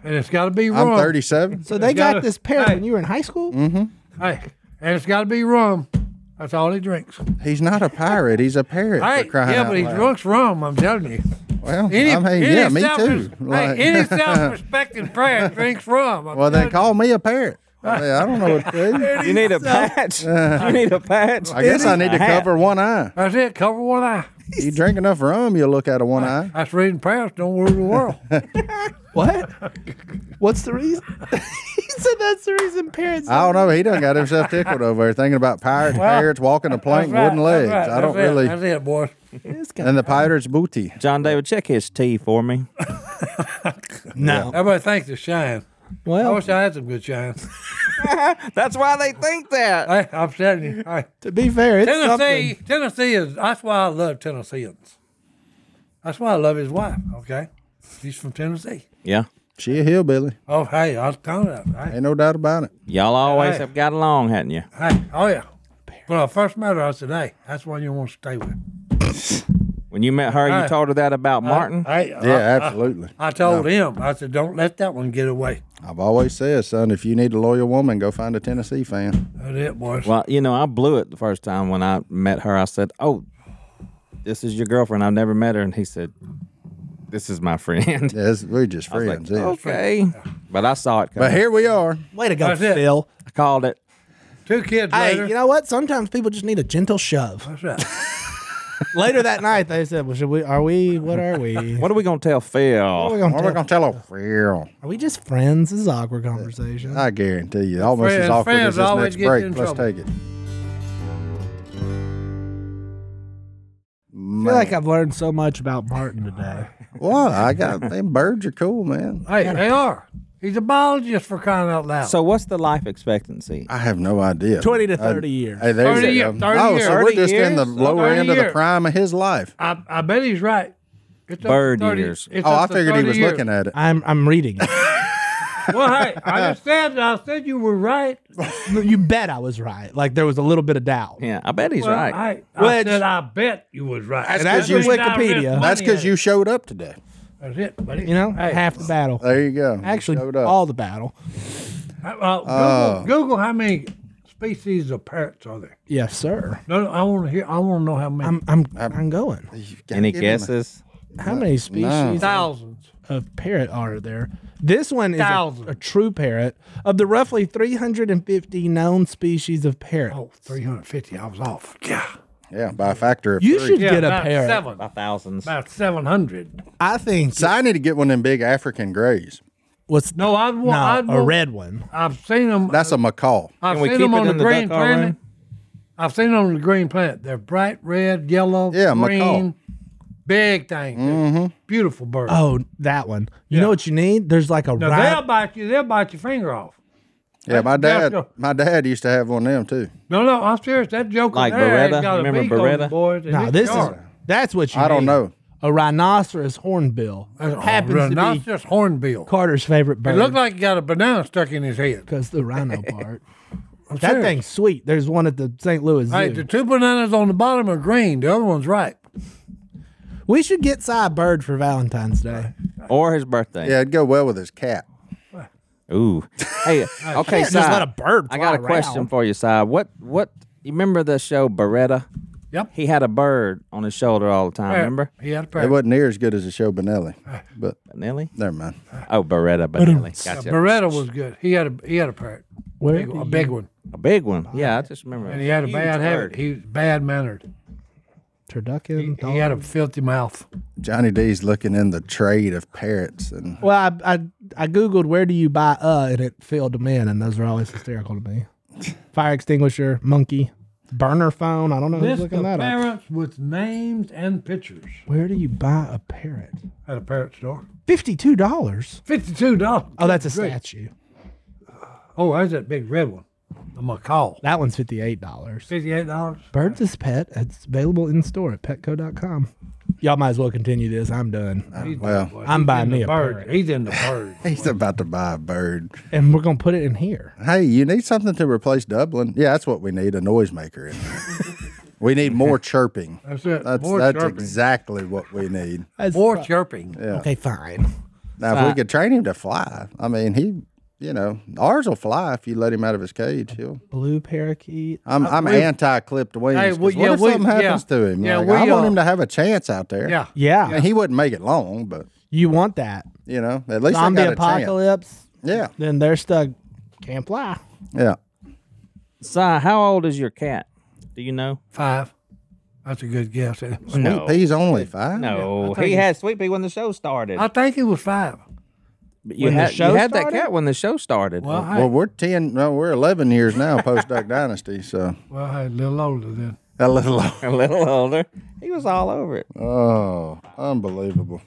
[SPEAKER 3] and it's got to be rum.
[SPEAKER 4] I'm 37.
[SPEAKER 2] So they
[SPEAKER 3] He's got
[SPEAKER 2] got
[SPEAKER 3] a-
[SPEAKER 2] this parrot
[SPEAKER 3] Hey.
[SPEAKER 2] when you were in high school.
[SPEAKER 3] Hey, and it's got to be rum. That's all he drinks.
[SPEAKER 4] He's not a pirate. He's a parrot.
[SPEAKER 3] Hey,
[SPEAKER 4] for crying
[SPEAKER 3] yeah,
[SPEAKER 4] out
[SPEAKER 3] but he
[SPEAKER 4] loud.
[SPEAKER 3] drinks rum. I'm telling you.
[SPEAKER 4] Well,
[SPEAKER 3] Any,
[SPEAKER 4] I mean,
[SPEAKER 3] any
[SPEAKER 4] yeah, me
[SPEAKER 3] self-
[SPEAKER 4] too.
[SPEAKER 3] Hey,
[SPEAKER 4] Like-
[SPEAKER 3] any self-respecting parrot drinks rum. I'm
[SPEAKER 4] well, then
[SPEAKER 3] telling
[SPEAKER 4] call me a parrot. I, mean, I don't know what to do.
[SPEAKER 1] You need a patch. you need a patch.
[SPEAKER 4] uh, I guess I need to
[SPEAKER 1] A hat.
[SPEAKER 4] cover one eye.
[SPEAKER 3] you. That's it. Cover one eye.
[SPEAKER 4] You drink enough rum, you'll look out of one eye.
[SPEAKER 3] That's reading prayers. Don't rule the world.
[SPEAKER 2] What? What's the reason? he said that's the reason parents.
[SPEAKER 4] I don't know. He done got himself tickled over there thinking about pirates, parrots walking a plank,
[SPEAKER 3] That's right,
[SPEAKER 4] wooden legs.
[SPEAKER 3] that's right,
[SPEAKER 4] I don't
[SPEAKER 3] that's it,
[SPEAKER 4] really.
[SPEAKER 3] That's it, boys.
[SPEAKER 2] This guy-
[SPEAKER 4] And the pirate's booty.
[SPEAKER 1] John David, check his tea for me.
[SPEAKER 2] no.
[SPEAKER 3] Everybody thinks it's shine. I
[SPEAKER 2] Well,
[SPEAKER 3] wish I had some good shine.
[SPEAKER 1] That's why they think that.
[SPEAKER 3] Hey, I'm telling you. Hey,
[SPEAKER 2] to be fair, it's
[SPEAKER 3] Tennessee,
[SPEAKER 2] something.
[SPEAKER 3] Tennessee is. That's why I love Tennesseans. That's why I love his wife. Okay, she's from Tennessee.
[SPEAKER 1] Yeah.
[SPEAKER 4] She a hillbilly.
[SPEAKER 3] Oh, hey, I was telling her. Hey,
[SPEAKER 4] Ain't no doubt about it.
[SPEAKER 1] Y'all always
[SPEAKER 3] Hey.
[SPEAKER 1] have got along, hadn't you?
[SPEAKER 3] Hey, oh yeah. When I first met her, I said, "Hey, that's one you want to stay with."
[SPEAKER 1] When you met her,
[SPEAKER 3] Hey.
[SPEAKER 1] you told her that about Martin.
[SPEAKER 3] Hey,
[SPEAKER 4] Yeah, absolutely.
[SPEAKER 3] I, I told him, I said, "Don't let that one get away."
[SPEAKER 4] I've always said, son, if you need a loyal woman, go find a Tennessee fan.
[SPEAKER 3] That's it, boys.
[SPEAKER 1] Well, you know, I blew it the first time when I met her. I said, "Oh, this is your girlfriend. I've never met her," and he said, "This is my friend."
[SPEAKER 4] Yeah, it's- we're just
[SPEAKER 1] I was
[SPEAKER 4] friends.
[SPEAKER 1] like, "Oh,
[SPEAKER 4] yeah.
[SPEAKER 1] okay, but I saw it.
[SPEAKER 4] But
[SPEAKER 1] Coming.
[SPEAKER 4] here we are.
[SPEAKER 2] Way to go,
[SPEAKER 3] That's it.
[SPEAKER 2] Phil.
[SPEAKER 1] I called it.
[SPEAKER 3] Two kids
[SPEAKER 2] Hey,
[SPEAKER 3] later.
[SPEAKER 2] you know what? Sometimes people just need a gentle shove.
[SPEAKER 3] That's right.
[SPEAKER 2] Later that night, they said, "Well, should we? Are we? What are we?
[SPEAKER 1] What are we gonna tell
[SPEAKER 2] What are
[SPEAKER 1] Phil?
[SPEAKER 2] we gonna
[SPEAKER 4] What are
[SPEAKER 2] tell-
[SPEAKER 4] we going to tell her? Real.
[SPEAKER 2] Are we just friends? This is awkward conversation.
[SPEAKER 4] I guarantee you. Almost
[SPEAKER 3] Friends-
[SPEAKER 4] as awkward
[SPEAKER 3] friends
[SPEAKER 4] as this
[SPEAKER 3] always
[SPEAKER 4] next
[SPEAKER 3] get you
[SPEAKER 4] break.
[SPEAKER 3] in
[SPEAKER 4] Let's
[SPEAKER 3] trouble.
[SPEAKER 4] take it.
[SPEAKER 2] I feel like I've learned so much about Martin today.
[SPEAKER 4] Well, I got them birds are cool, man.
[SPEAKER 3] hey, they are. He's a biologist for crying out loud.
[SPEAKER 1] So what's the life expectancy?
[SPEAKER 4] I have no idea.
[SPEAKER 2] 20 to
[SPEAKER 4] I-
[SPEAKER 2] 30 years.
[SPEAKER 4] Hey, there's
[SPEAKER 3] 30
[SPEAKER 4] it.
[SPEAKER 3] year- 30
[SPEAKER 4] oh, so
[SPEAKER 3] year.
[SPEAKER 4] we're just
[SPEAKER 1] 30
[SPEAKER 4] in the
[SPEAKER 1] years?
[SPEAKER 4] lower
[SPEAKER 3] 30
[SPEAKER 4] end of the
[SPEAKER 3] year.
[SPEAKER 4] prime of his life.
[SPEAKER 3] I, I bet he's right. It's up to
[SPEAKER 1] Bird years.
[SPEAKER 3] it's
[SPEAKER 4] Oh, I
[SPEAKER 3] up to
[SPEAKER 4] figured he
[SPEAKER 3] 30
[SPEAKER 4] was
[SPEAKER 3] years.
[SPEAKER 4] looking at it.
[SPEAKER 2] I'm I'm reading. it.
[SPEAKER 3] Well, hey, I understand. I said you were right.
[SPEAKER 2] you bet I was right. Like there was a little bit of doubt.
[SPEAKER 1] Yeah, I bet he's
[SPEAKER 3] Well,
[SPEAKER 1] right.
[SPEAKER 3] I, I
[SPEAKER 2] Well, it's-
[SPEAKER 3] said I bet you was right.
[SPEAKER 4] That's
[SPEAKER 3] And
[SPEAKER 4] because
[SPEAKER 3] the
[SPEAKER 4] you-
[SPEAKER 3] reason I risked
[SPEAKER 2] Wikipedia.
[SPEAKER 3] money
[SPEAKER 4] That's because
[SPEAKER 3] in it.
[SPEAKER 4] you showed up today.
[SPEAKER 3] That's it, buddy.
[SPEAKER 2] You know,
[SPEAKER 3] Hey,
[SPEAKER 2] half the battle.
[SPEAKER 4] There you go. Uh, You
[SPEAKER 2] Actually,
[SPEAKER 4] showed up.
[SPEAKER 2] all the battle.
[SPEAKER 3] uh, Google, Google how many species of parrots are there?
[SPEAKER 2] Yes, sir.
[SPEAKER 3] No, no I want to hear. I want to know how many.
[SPEAKER 2] I'm I'm I'm going.
[SPEAKER 4] You gotta
[SPEAKER 1] Any
[SPEAKER 4] give him a-
[SPEAKER 1] guesses?
[SPEAKER 2] How many species
[SPEAKER 3] Thousands.
[SPEAKER 2] of parrot are there? This one is a,
[SPEAKER 3] Thousands.
[SPEAKER 2] a true parrot. Of the roughly 350 known species of parrot,
[SPEAKER 3] Oh, 350. I was off. Yeah.
[SPEAKER 4] Yeah, by a factor of
[SPEAKER 2] you
[SPEAKER 4] three.
[SPEAKER 2] should
[SPEAKER 3] yeah
[SPEAKER 2] get a
[SPEAKER 3] about
[SPEAKER 2] parrot.
[SPEAKER 3] Seven.
[SPEAKER 1] By thousands.
[SPEAKER 3] About 700.
[SPEAKER 2] I think.
[SPEAKER 4] So I need to get one of them big African grays.
[SPEAKER 2] What's
[SPEAKER 3] No, I'd
[SPEAKER 2] no,
[SPEAKER 3] want. I'd
[SPEAKER 2] a
[SPEAKER 3] want-
[SPEAKER 2] red one.
[SPEAKER 3] I've seen them.
[SPEAKER 4] That's a macaw.
[SPEAKER 3] I've
[SPEAKER 1] Can we
[SPEAKER 3] seen
[SPEAKER 1] keep
[SPEAKER 3] them
[SPEAKER 1] it
[SPEAKER 3] on the,
[SPEAKER 1] in the
[SPEAKER 3] green
[SPEAKER 1] duck all
[SPEAKER 3] planet.
[SPEAKER 1] room?
[SPEAKER 3] I've seen them on the green planet. They're bright red, yellow,
[SPEAKER 4] Yeah, macaw.
[SPEAKER 3] green, big thing.
[SPEAKER 1] Mm-hmm.
[SPEAKER 3] They're Beautiful bird.
[SPEAKER 1] Uh,
[SPEAKER 2] Oh, that one. You
[SPEAKER 3] Yeah.
[SPEAKER 2] know what you need? There's like a
[SPEAKER 3] now they'll
[SPEAKER 2] right.
[SPEAKER 3] bite you. They'll bite your finger off.
[SPEAKER 4] Yeah, my
[SPEAKER 3] that's
[SPEAKER 4] dad.
[SPEAKER 3] a-
[SPEAKER 4] My dad used to have one of them too.
[SPEAKER 3] No, no, I'm serious. That joker
[SPEAKER 1] Like
[SPEAKER 3] there ain't
[SPEAKER 1] Beretta?
[SPEAKER 3] got a
[SPEAKER 1] Remember
[SPEAKER 3] beak on
[SPEAKER 1] Beretta?
[SPEAKER 3] it, boys. and
[SPEAKER 2] Now
[SPEAKER 3] it's
[SPEAKER 2] this is
[SPEAKER 3] sharp.
[SPEAKER 2] that's what you.
[SPEAKER 4] I don't
[SPEAKER 2] need.
[SPEAKER 4] know.
[SPEAKER 2] A rhinoceros hornbill
[SPEAKER 3] That's a
[SPEAKER 2] happens to be
[SPEAKER 3] rhinoceros hornbill.
[SPEAKER 2] Carter's favorite
[SPEAKER 3] It
[SPEAKER 2] bird.
[SPEAKER 3] looked like he got a banana stuck in his head.
[SPEAKER 2] because the rhino part.
[SPEAKER 3] I'm
[SPEAKER 2] that
[SPEAKER 3] serious.
[SPEAKER 2] thing's sweet. There's one at the St. Louis Zoo.
[SPEAKER 3] Hey, the two bananas on the bottom are green. The other one's ripe.
[SPEAKER 2] we should get Cy a bird for Valentine's Day.
[SPEAKER 1] Or his birthday.
[SPEAKER 4] Yeah, it'd go well with his cat.
[SPEAKER 1] Ooh. Hey, okay,
[SPEAKER 2] Can't just
[SPEAKER 1] Si,
[SPEAKER 2] let a bird
[SPEAKER 1] I got a
[SPEAKER 2] fly
[SPEAKER 1] question
[SPEAKER 2] around.
[SPEAKER 1] for you, Si. What what you remember the show Beretta?
[SPEAKER 3] Yep.
[SPEAKER 1] He had a bird on his shoulder all the time, remember?
[SPEAKER 3] He had a
[SPEAKER 4] It
[SPEAKER 3] parrot.
[SPEAKER 4] wasn't near as good as the show Benelli, but
[SPEAKER 1] Benelli?
[SPEAKER 4] never mind.
[SPEAKER 1] Oh, Beretta Benelli. Gotcha.
[SPEAKER 3] Beretta was good. He had a he had a parrot.
[SPEAKER 2] Where
[SPEAKER 3] Big,
[SPEAKER 2] do
[SPEAKER 3] one- a
[SPEAKER 2] you-
[SPEAKER 3] big one.
[SPEAKER 1] A big one. Yeah, I just remember.
[SPEAKER 3] And he had a
[SPEAKER 1] Huge
[SPEAKER 3] bad habit.
[SPEAKER 1] bird.
[SPEAKER 3] He was bad mannered.
[SPEAKER 2] Turducken.
[SPEAKER 3] He had a filthy mouth.
[SPEAKER 4] Johnny D's looking in the trade of parrots, and
[SPEAKER 2] well, I, I I googled where do you buy uh and it filled them in, and those are always hysterical to me. Fire extinguisher, monkey, burner phone. I don't know who's
[SPEAKER 3] List
[SPEAKER 2] looking
[SPEAKER 3] of
[SPEAKER 2] that up.
[SPEAKER 3] parrots with names and pictures
[SPEAKER 2] Where do you buy a parrot?
[SPEAKER 3] at a parrot store.
[SPEAKER 2] Fifty-two dollars.
[SPEAKER 3] Fifty-two dollars.
[SPEAKER 2] Oh, that's a
[SPEAKER 3] Great.
[SPEAKER 2] statue.
[SPEAKER 3] Oh, there's that big red one. A macaw.
[SPEAKER 2] That one's fifty-eight dollars.
[SPEAKER 3] Fifty-eight dollars.
[SPEAKER 2] Birds as pet. It's available in store at Petco.com. Y'all might as well continue this. I'm done.
[SPEAKER 4] well.
[SPEAKER 2] I'm buying me a
[SPEAKER 3] bird.
[SPEAKER 2] parrot.
[SPEAKER 3] He's in the bird.
[SPEAKER 4] he's about to buy a bird.
[SPEAKER 2] and we're gonna put it in here.
[SPEAKER 4] Hey, you need something to replace Dublin? Yeah, that's what we need a noisemaker in there. we need more chirping.
[SPEAKER 3] That's it.
[SPEAKER 4] That's,
[SPEAKER 3] More
[SPEAKER 4] that's
[SPEAKER 3] chirping.
[SPEAKER 4] exactly what we need.
[SPEAKER 3] More chirping.
[SPEAKER 2] Okay, fine.
[SPEAKER 4] Now, if we could train him to fly, I mean, he, you know, ours will fly if you let him out of his cage. He'll.
[SPEAKER 2] Blue parakeet.
[SPEAKER 4] I'm I'm anti clipped wings.
[SPEAKER 3] Uh, Hey,
[SPEAKER 4] 'cause
[SPEAKER 3] we-
[SPEAKER 4] what
[SPEAKER 3] yeah,
[SPEAKER 4] if
[SPEAKER 3] we-
[SPEAKER 4] something happens
[SPEAKER 3] yeah.
[SPEAKER 4] to him?
[SPEAKER 3] Yeah,
[SPEAKER 4] Like,
[SPEAKER 3] we,
[SPEAKER 4] I want
[SPEAKER 3] uh,
[SPEAKER 4] him to have a chance out there.
[SPEAKER 3] Yeah.
[SPEAKER 2] Yeah,
[SPEAKER 4] And he wouldn't make it long, but
[SPEAKER 2] you want that
[SPEAKER 4] you know, at least
[SPEAKER 2] zombie
[SPEAKER 4] I got a chance.
[SPEAKER 2] apocalypse?
[SPEAKER 4] Yeah,
[SPEAKER 2] Then they're stuck. Can't fly.
[SPEAKER 4] yeah.
[SPEAKER 1] Si, how old is your cat? Do you know?
[SPEAKER 3] Five. That's a good guess.
[SPEAKER 1] No.
[SPEAKER 4] He's only five.
[SPEAKER 1] No,
[SPEAKER 3] I
[SPEAKER 1] he
[SPEAKER 3] think-
[SPEAKER 1] had Sweet Pea when the show started.
[SPEAKER 3] I think it was five.
[SPEAKER 1] But you
[SPEAKER 2] When the
[SPEAKER 1] had,
[SPEAKER 2] show
[SPEAKER 1] you had that
[SPEAKER 2] started?
[SPEAKER 1] cat when the show started.
[SPEAKER 3] Well, I,
[SPEAKER 4] Well, we're ten. No, we're eleven years now post Duck Dynasty. So
[SPEAKER 3] well, I a little older then.
[SPEAKER 4] a little.
[SPEAKER 1] a little older. He was all over it.
[SPEAKER 4] Oh, unbelievable!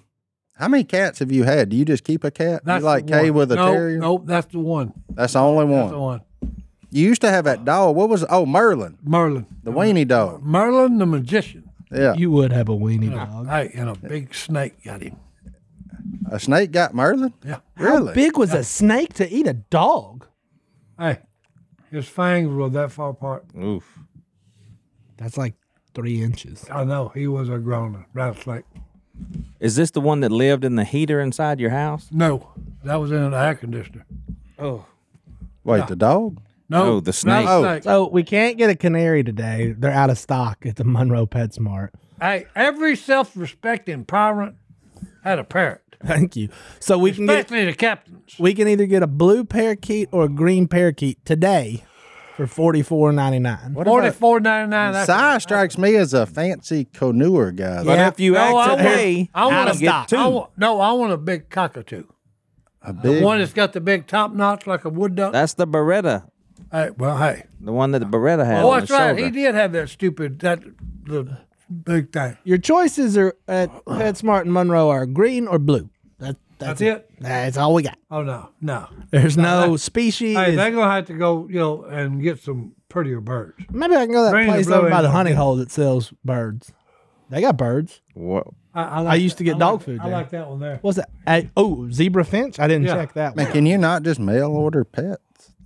[SPEAKER 4] How many cats have you had? Do you just keep a cat?
[SPEAKER 3] That's
[SPEAKER 4] you like
[SPEAKER 3] the one.
[SPEAKER 4] Kay with a
[SPEAKER 3] no,
[SPEAKER 4] terrier?
[SPEAKER 3] Nope, that's the one.
[SPEAKER 4] That's the only
[SPEAKER 3] That's the
[SPEAKER 4] one.
[SPEAKER 3] one.
[SPEAKER 4] You used to have that dog. What was? Oh, Merlin,
[SPEAKER 3] Merlin.
[SPEAKER 4] the weenie dog.
[SPEAKER 3] Merlin the magician.
[SPEAKER 4] Yeah,
[SPEAKER 2] You would have a weenie dog.
[SPEAKER 3] Hey, and a big snake got him.
[SPEAKER 4] a snake got Merlin.
[SPEAKER 3] Yeah.
[SPEAKER 4] Really?
[SPEAKER 2] Big was a snake to eat a dog.
[SPEAKER 3] Hey, his fangs were that far apart.
[SPEAKER 1] Oof.
[SPEAKER 2] That's like three inches.
[SPEAKER 3] I know he was a grown rattlesnake.
[SPEAKER 1] Is this the one that lived in the heater inside your house?
[SPEAKER 3] No, that was in an air conditioner.
[SPEAKER 1] Oh.
[SPEAKER 4] Wait, the dog?
[SPEAKER 3] No,
[SPEAKER 1] Oh, the snake.
[SPEAKER 3] rattlesnake.
[SPEAKER 2] So we can't get a canary today. They're out of stock at the Monroe Pet Smart.
[SPEAKER 3] Hey, every self-respecting parent had a parrot,
[SPEAKER 2] Thank you. So we can get
[SPEAKER 3] especially the captains.
[SPEAKER 2] we can either get a blue parakeet or a green parakeet today for forty four ninety nine.
[SPEAKER 3] Forty-four ninety-nine. that's-
[SPEAKER 4] Si strikes me as a fancy conure guy.
[SPEAKER 1] But
[SPEAKER 2] Yeah.
[SPEAKER 1] if you
[SPEAKER 3] No, I
[SPEAKER 1] act
[SPEAKER 3] want-
[SPEAKER 1] today,
[SPEAKER 3] I want
[SPEAKER 2] out
[SPEAKER 3] a
[SPEAKER 2] of stock.
[SPEAKER 3] I want- no, I want a big cockatoo.
[SPEAKER 4] A
[SPEAKER 3] The
[SPEAKER 4] big
[SPEAKER 3] one that's got the big top notch like a wood duck.
[SPEAKER 1] that's the Beretta,
[SPEAKER 3] Hey, well, hey.
[SPEAKER 1] the one that the Beretta had
[SPEAKER 3] Oh,
[SPEAKER 1] on
[SPEAKER 3] that's
[SPEAKER 1] his
[SPEAKER 3] right. He
[SPEAKER 1] shoulder.
[SPEAKER 3] did have that stupid that the big thing.
[SPEAKER 2] Your choices are at PetSmart and Monroe are green or blue. That
[SPEAKER 3] That's it.
[SPEAKER 2] That's all we got.
[SPEAKER 3] Oh no, no.
[SPEAKER 2] There's no species.
[SPEAKER 3] Hey, they're gonna have to go, you know, and get some prettier birds.
[SPEAKER 2] Maybe I can go to that
[SPEAKER 3] Bring the
[SPEAKER 2] place over
[SPEAKER 3] blue
[SPEAKER 2] by the
[SPEAKER 3] in.
[SPEAKER 2] honey hole that sells birds. They got birds.
[SPEAKER 1] Whoa.
[SPEAKER 3] I, I, like
[SPEAKER 2] I used
[SPEAKER 3] that-
[SPEAKER 2] to get
[SPEAKER 3] I
[SPEAKER 2] dog
[SPEAKER 3] like-
[SPEAKER 2] food
[SPEAKER 3] I
[SPEAKER 2] there.
[SPEAKER 3] like that one there.
[SPEAKER 2] What's that? Hey, oh, zebra finch. I didn't
[SPEAKER 3] Yeah.
[SPEAKER 2] check that
[SPEAKER 4] Man,
[SPEAKER 2] one.
[SPEAKER 4] can you not just mail order pets?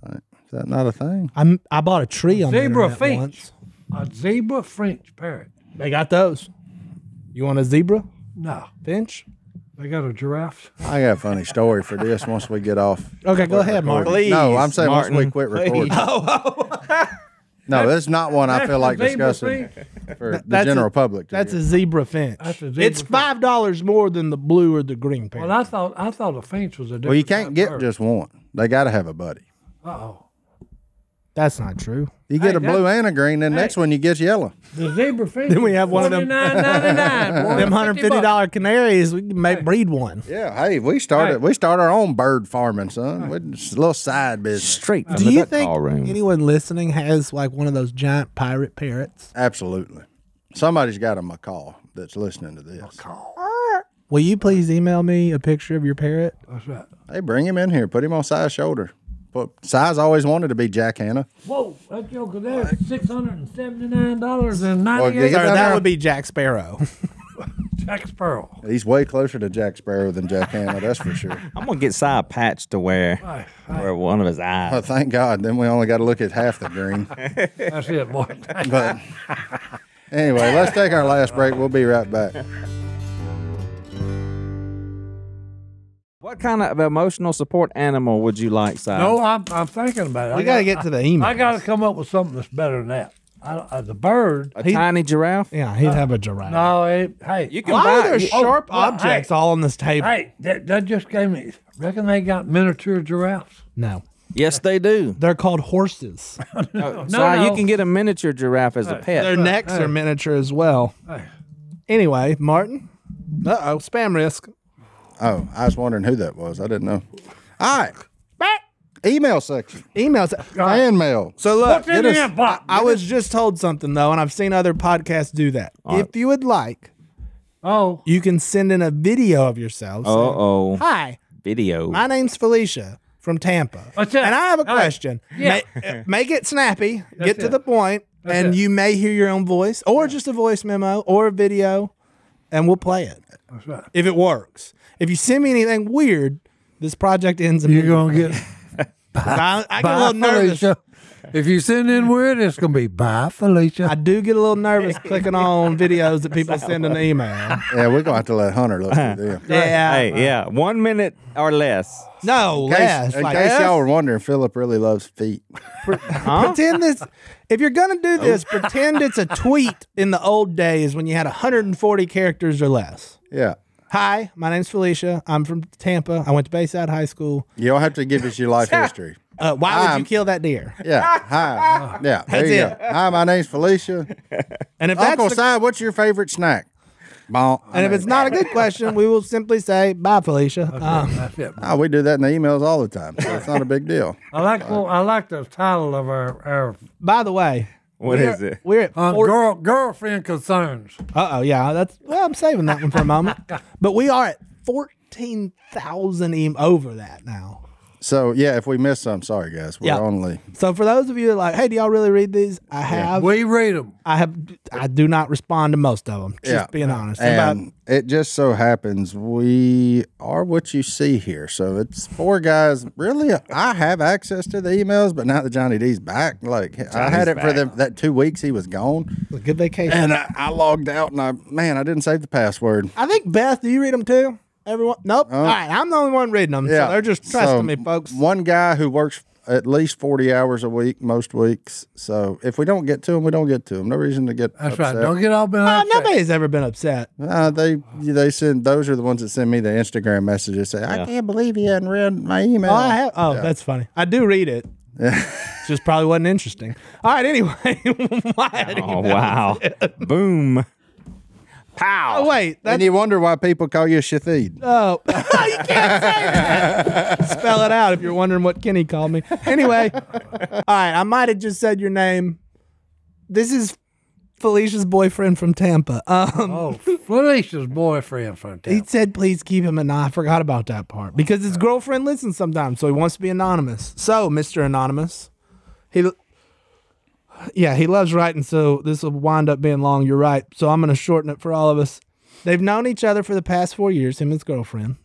[SPEAKER 4] Like, Is that not a thing?
[SPEAKER 2] I'm, I bought a tree on the
[SPEAKER 3] Zebra
[SPEAKER 2] internet
[SPEAKER 3] finch.
[SPEAKER 2] once.
[SPEAKER 3] A zebra French parrot.
[SPEAKER 2] They got those. You want a zebra
[SPEAKER 3] No,
[SPEAKER 2] finch?
[SPEAKER 3] they got a giraffe.
[SPEAKER 4] I got a funny story for this once we get off.
[SPEAKER 2] Okay, go ahead, Mark.
[SPEAKER 1] Please,
[SPEAKER 4] no, I'm saying once
[SPEAKER 1] Martin,
[SPEAKER 4] we quit
[SPEAKER 1] please. Oh,
[SPEAKER 4] recording. no, that's not one I feel like
[SPEAKER 3] Zebra
[SPEAKER 4] discussing
[SPEAKER 3] finch.
[SPEAKER 4] for the
[SPEAKER 2] That's
[SPEAKER 4] general
[SPEAKER 2] a-
[SPEAKER 4] public. to
[SPEAKER 2] That's
[SPEAKER 4] hear.
[SPEAKER 2] a zebra finch.
[SPEAKER 3] That's a
[SPEAKER 2] it's
[SPEAKER 3] zebra finch.
[SPEAKER 2] five dollars more than the blue or the green pair.
[SPEAKER 3] Well, I thought I thought a finch was a different.
[SPEAKER 4] well, you can't get just one. They got to have a buddy.
[SPEAKER 3] Uh oh.
[SPEAKER 2] That's not true.
[SPEAKER 4] You get
[SPEAKER 3] Hey,
[SPEAKER 4] a blue and a green, then next one you get yellow.
[SPEAKER 3] The zebra finch.
[SPEAKER 2] Then we have one of them-
[SPEAKER 3] $49.99, boy.
[SPEAKER 2] Them hundred fifty dollar canaries, we can make breed one.
[SPEAKER 4] Yeah, hey, we started
[SPEAKER 3] Hey.
[SPEAKER 4] we start our own bird farming, son. We just a little side business.
[SPEAKER 1] Straight from
[SPEAKER 2] Do
[SPEAKER 1] the
[SPEAKER 2] you
[SPEAKER 1] duck
[SPEAKER 2] think
[SPEAKER 1] call room.
[SPEAKER 2] anyone listening has like one of those giant pirate parrots?
[SPEAKER 4] Absolutely. Somebody's got a macaw that's listening to this.
[SPEAKER 2] Will you please email me a picture of your parrot?
[SPEAKER 3] That's right.
[SPEAKER 4] Hey, bring him in here. Put him on Si's shoulder. But Si's always wanted to be Jack Hanna.
[SPEAKER 3] Whoa, that joker there, six hundred and seventy nine dollars and ninety
[SPEAKER 4] Well,
[SPEAKER 3] eight
[SPEAKER 4] get
[SPEAKER 2] Or
[SPEAKER 4] down
[SPEAKER 2] that
[SPEAKER 4] there.
[SPEAKER 2] would be Jack Sparrow.
[SPEAKER 3] Jack Sparrow.
[SPEAKER 4] He's way closer to Jack Sparrow than Jack Hanna, that's for sure.
[SPEAKER 1] I'm gonna get Si a patch to wear
[SPEAKER 3] Right,
[SPEAKER 1] where one of his
[SPEAKER 4] Well,
[SPEAKER 1] eyes.
[SPEAKER 4] Oh, thank God. Then we only got to look at half the green.
[SPEAKER 3] That's it, Mark.
[SPEAKER 4] But anyway, let's take our last break. We'll be right back.
[SPEAKER 1] What kind of emotional support animal would you like, Si?
[SPEAKER 3] No, Oh, I'm, I'm thinking about it.
[SPEAKER 2] We
[SPEAKER 3] I
[SPEAKER 2] got to get to the email.
[SPEAKER 3] I got to come up with something that's better than that. I, don't- uh, the bird.
[SPEAKER 1] a
[SPEAKER 2] he-
[SPEAKER 1] tiny giraffe.
[SPEAKER 2] yeah, he'd have a giraffe.
[SPEAKER 3] uh, No, it, hey,
[SPEAKER 1] You can
[SPEAKER 2] Why are
[SPEAKER 1] buy.
[SPEAKER 2] there
[SPEAKER 1] you-
[SPEAKER 2] sharp
[SPEAKER 3] well,
[SPEAKER 2] objects
[SPEAKER 3] hey.
[SPEAKER 2] all on this table?
[SPEAKER 3] hey, that, that just gave me. Reckon they got miniature giraffes.
[SPEAKER 2] No,
[SPEAKER 1] yes, they do.
[SPEAKER 2] they're called horses.
[SPEAKER 1] No,
[SPEAKER 3] no.
[SPEAKER 1] you can get a miniature giraffe as a
[SPEAKER 2] Their
[SPEAKER 1] pet.
[SPEAKER 2] necks are miniature as well.
[SPEAKER 3] Hey.
[SPEAKER 2] Anyway, Martin. Uh oh, spam risk.
[SPEAKER 4] Oh, I was wondering who that was. I didn't know. All right. Email section.
[SPEAKER 2] Ah, Emails.
[SPEAKER 4] Fan mail.
[SPEAKER 2] So look,
[SPEAKER 3] What's in
[SPEAKER 2] it is-
[SPEAKER 3] the inbox?
[SPEAKER 2] I was just told something though, and I've seen other podcasts do that.
[SPEAKER 1] right.
[SPEAKER 2] If you would like,
[SPEAKER 3] Oh,
[SPEAKER 2] you can send in a video of yourself.
[SPEAKER 1] Uh
[SPEAKER 2] saying,
[SPEAKER 1] oh,
[SPEAKER 2] Hi,
[SPEAKER 1] video. Uh,
[SPEAKER 2] my name's Felicia from Tampa,
[SPEAKER 3] That's it.
[SPEAKER 2] and I have a
[SPEAKER 3] All right.
[SPEAKER 2] question.
[SPEAKER 3] Yeah.
[SPEAKER 2] Ma- uh, make it snappy, get to
[SPEAKER 3] it.
[SPEAKER 2] the point, and
[SPEAKER 3] it.
[SPEAKER 2] you may hear your own voice, or just a voice memo, or a video, and we'll play it
[SPEAKER 3] that's right.
[SPEAKER 2] if it works. If you send me anything weird, this project ends.
[SPEAKER 3] You're
[SPEAKER 2] immediately.
[SPEAKER 3] gonna get.
[SPEAKER 2] I, I get a
[SPEAKER 3] bye,
[SPEAKER 2] little nervous.
[SPEAKER 3] Felicia. If you send in weird, it's gonna be bye, Felicia.
[SPEAKER 2] I do get a little nervous clicking on videos that people send an email.
[SPEAKER 4] Yeah, we're going to have to let Hunter look through them.
[SPEAKER 2] Yeah.
[SPEAKER 1] Hey, yeah, one minute or less.
[SPEAKER 2] No,
[SPEAKER 4] In case-
[SPEAKER 2] less.
[SPEAKER 4] in
[SPEAKER 2] Like,
[SPEAKER 4] case y'all were wondering, Philip really loves feet.
[SPEAKER 2] pretend this. If you're gonna do this, pretend it's a tweet in the old days when you had 140 characters or less.
[SPEAKER 4] Yeah.
[SPEAKER 2] Hi, my name's Felicia. I'm from Tampa. I went to Bayside High School.
[SPEAKER 4] You don't have to give us your life history.
[SPEAKER 2] Uh, why would
[SPEAKER 4] I'm-
[SPEAKER 2] you kill that deer?
[SPEAKER 4] Yeah. Hi. Yeah. There
[SPEAKER 2] That's
[SPEAKER 4] you
[SPEAKER 2] it.
[SPEAKER 4] go. Hi, my name's Felicia.
[SPEAKER 2] And if
[SPEAKER 4] Uncle
[SPEAKER 2] that's the-
[SPEAKER 4] Si, what's your favorite snack? Bonk.
[SPEAKER 2] and if it's not a good question, we will simply say bye, Felicia. Um,
[SPEAKER 3] that's it.
[SPEAKER 4] Oh, we do that in the emails all the time, so it's not a big deal.
[SPEAKER 3] I like. Well, I like the title of our our
[SPEAKER 2] by the way,
[SPEAKER 1] What is it?
[SPEAKER 2] we're at
[SPEAKER 3] uh,
[SPEAKER 2] four-
[SPEAKER 3] girl girlfriend concerns.
[SPEAKER 2] Uh oh, yeah. That's well, I'm saving that one for a moment. But we are at fourteen thousand em over that now.
[SPEAKER 4] So yeah, if we miss some, sorry guys. We're
[SPEAKER 2] Yeah.
[SPEAKER 4] only
[SPEAKER 2] So for those of you that are like, hey, do y'all really read these? I have.
[SPEAKER 3] We read them.
[SPEAKER 2] I have. I do not respond to most of them. Just
[SPEAKER 4] Yeah.
[SPEAKER 2] being honest. About-
[SPEAKER 4] and it just so happens we are what you see here. So it's four guys. Really, I have access to the emails, but now that Johnny D's back, like I had it for them that two weeks he was gone,
[SPEAKER 2] it's a good vacation.
[SPEAKER 4] and I, I logged out, and I man, I didn't save the password.
[SPEAKER 2] I think Beth, do you read them too? Everyone? Nope. All right, I'm the only one reading them.
[SPEAKER 4] Yeah,
[SPEAKER 2] So they're just trusting
[SPEAKER 4] So,
[SPEAKER 2] me, folks.
[SPEAKER 4] One guy who works at least forty hours a week most weeks. So if we don't get to him, we don't get to him. No reason to get
[SPEAKER 3] That's
[SPEAKER 4] upset.
[SPEAKER 3] right. Don't get all bent
[SPEAKER 2] Uh,
[SPEAKER 3] up.
[SPEAKER 2] nobody's ever been upset.
[SPEAKER 4] Uh, they they send those are the ones that send me the Instagram messages say I can't believe he hadn't read my email.
[SPEAKER 2] Oh, I have. Oh, that's funny. I do read it. just probably wasn't interesting. All right. Anyway, why?
[SPEAKER 1] Oh wow! Boom! Pow!
[SPEAKER 2] Oh, wait. That's
[SPEAKER 4] and you wonder why people call you Shathid.
[SPEAKER 2] Oh, you can't say that. Spell it out if you're wondering what Kenny called me. Anyway, all right, I might have just said your name. This is Felicia's boyfriend from Tampa. Um,
[SPEAKER 3] Oh, Felicia's boyfriend from
[SPEAKER 2] he
[SPEAKER 3] town.
[SPEAKER 2] said, "Please keep him." And I forgot about that part because his girlfriend listens sometimes, so he wants to be anonymous. So, Mister Anonymous, he, yeah, he loves writing. So this will wind up being long. You're right. So I'm going to shorten it for all of us. They've known each other for the past four years. Him and his girlfriend.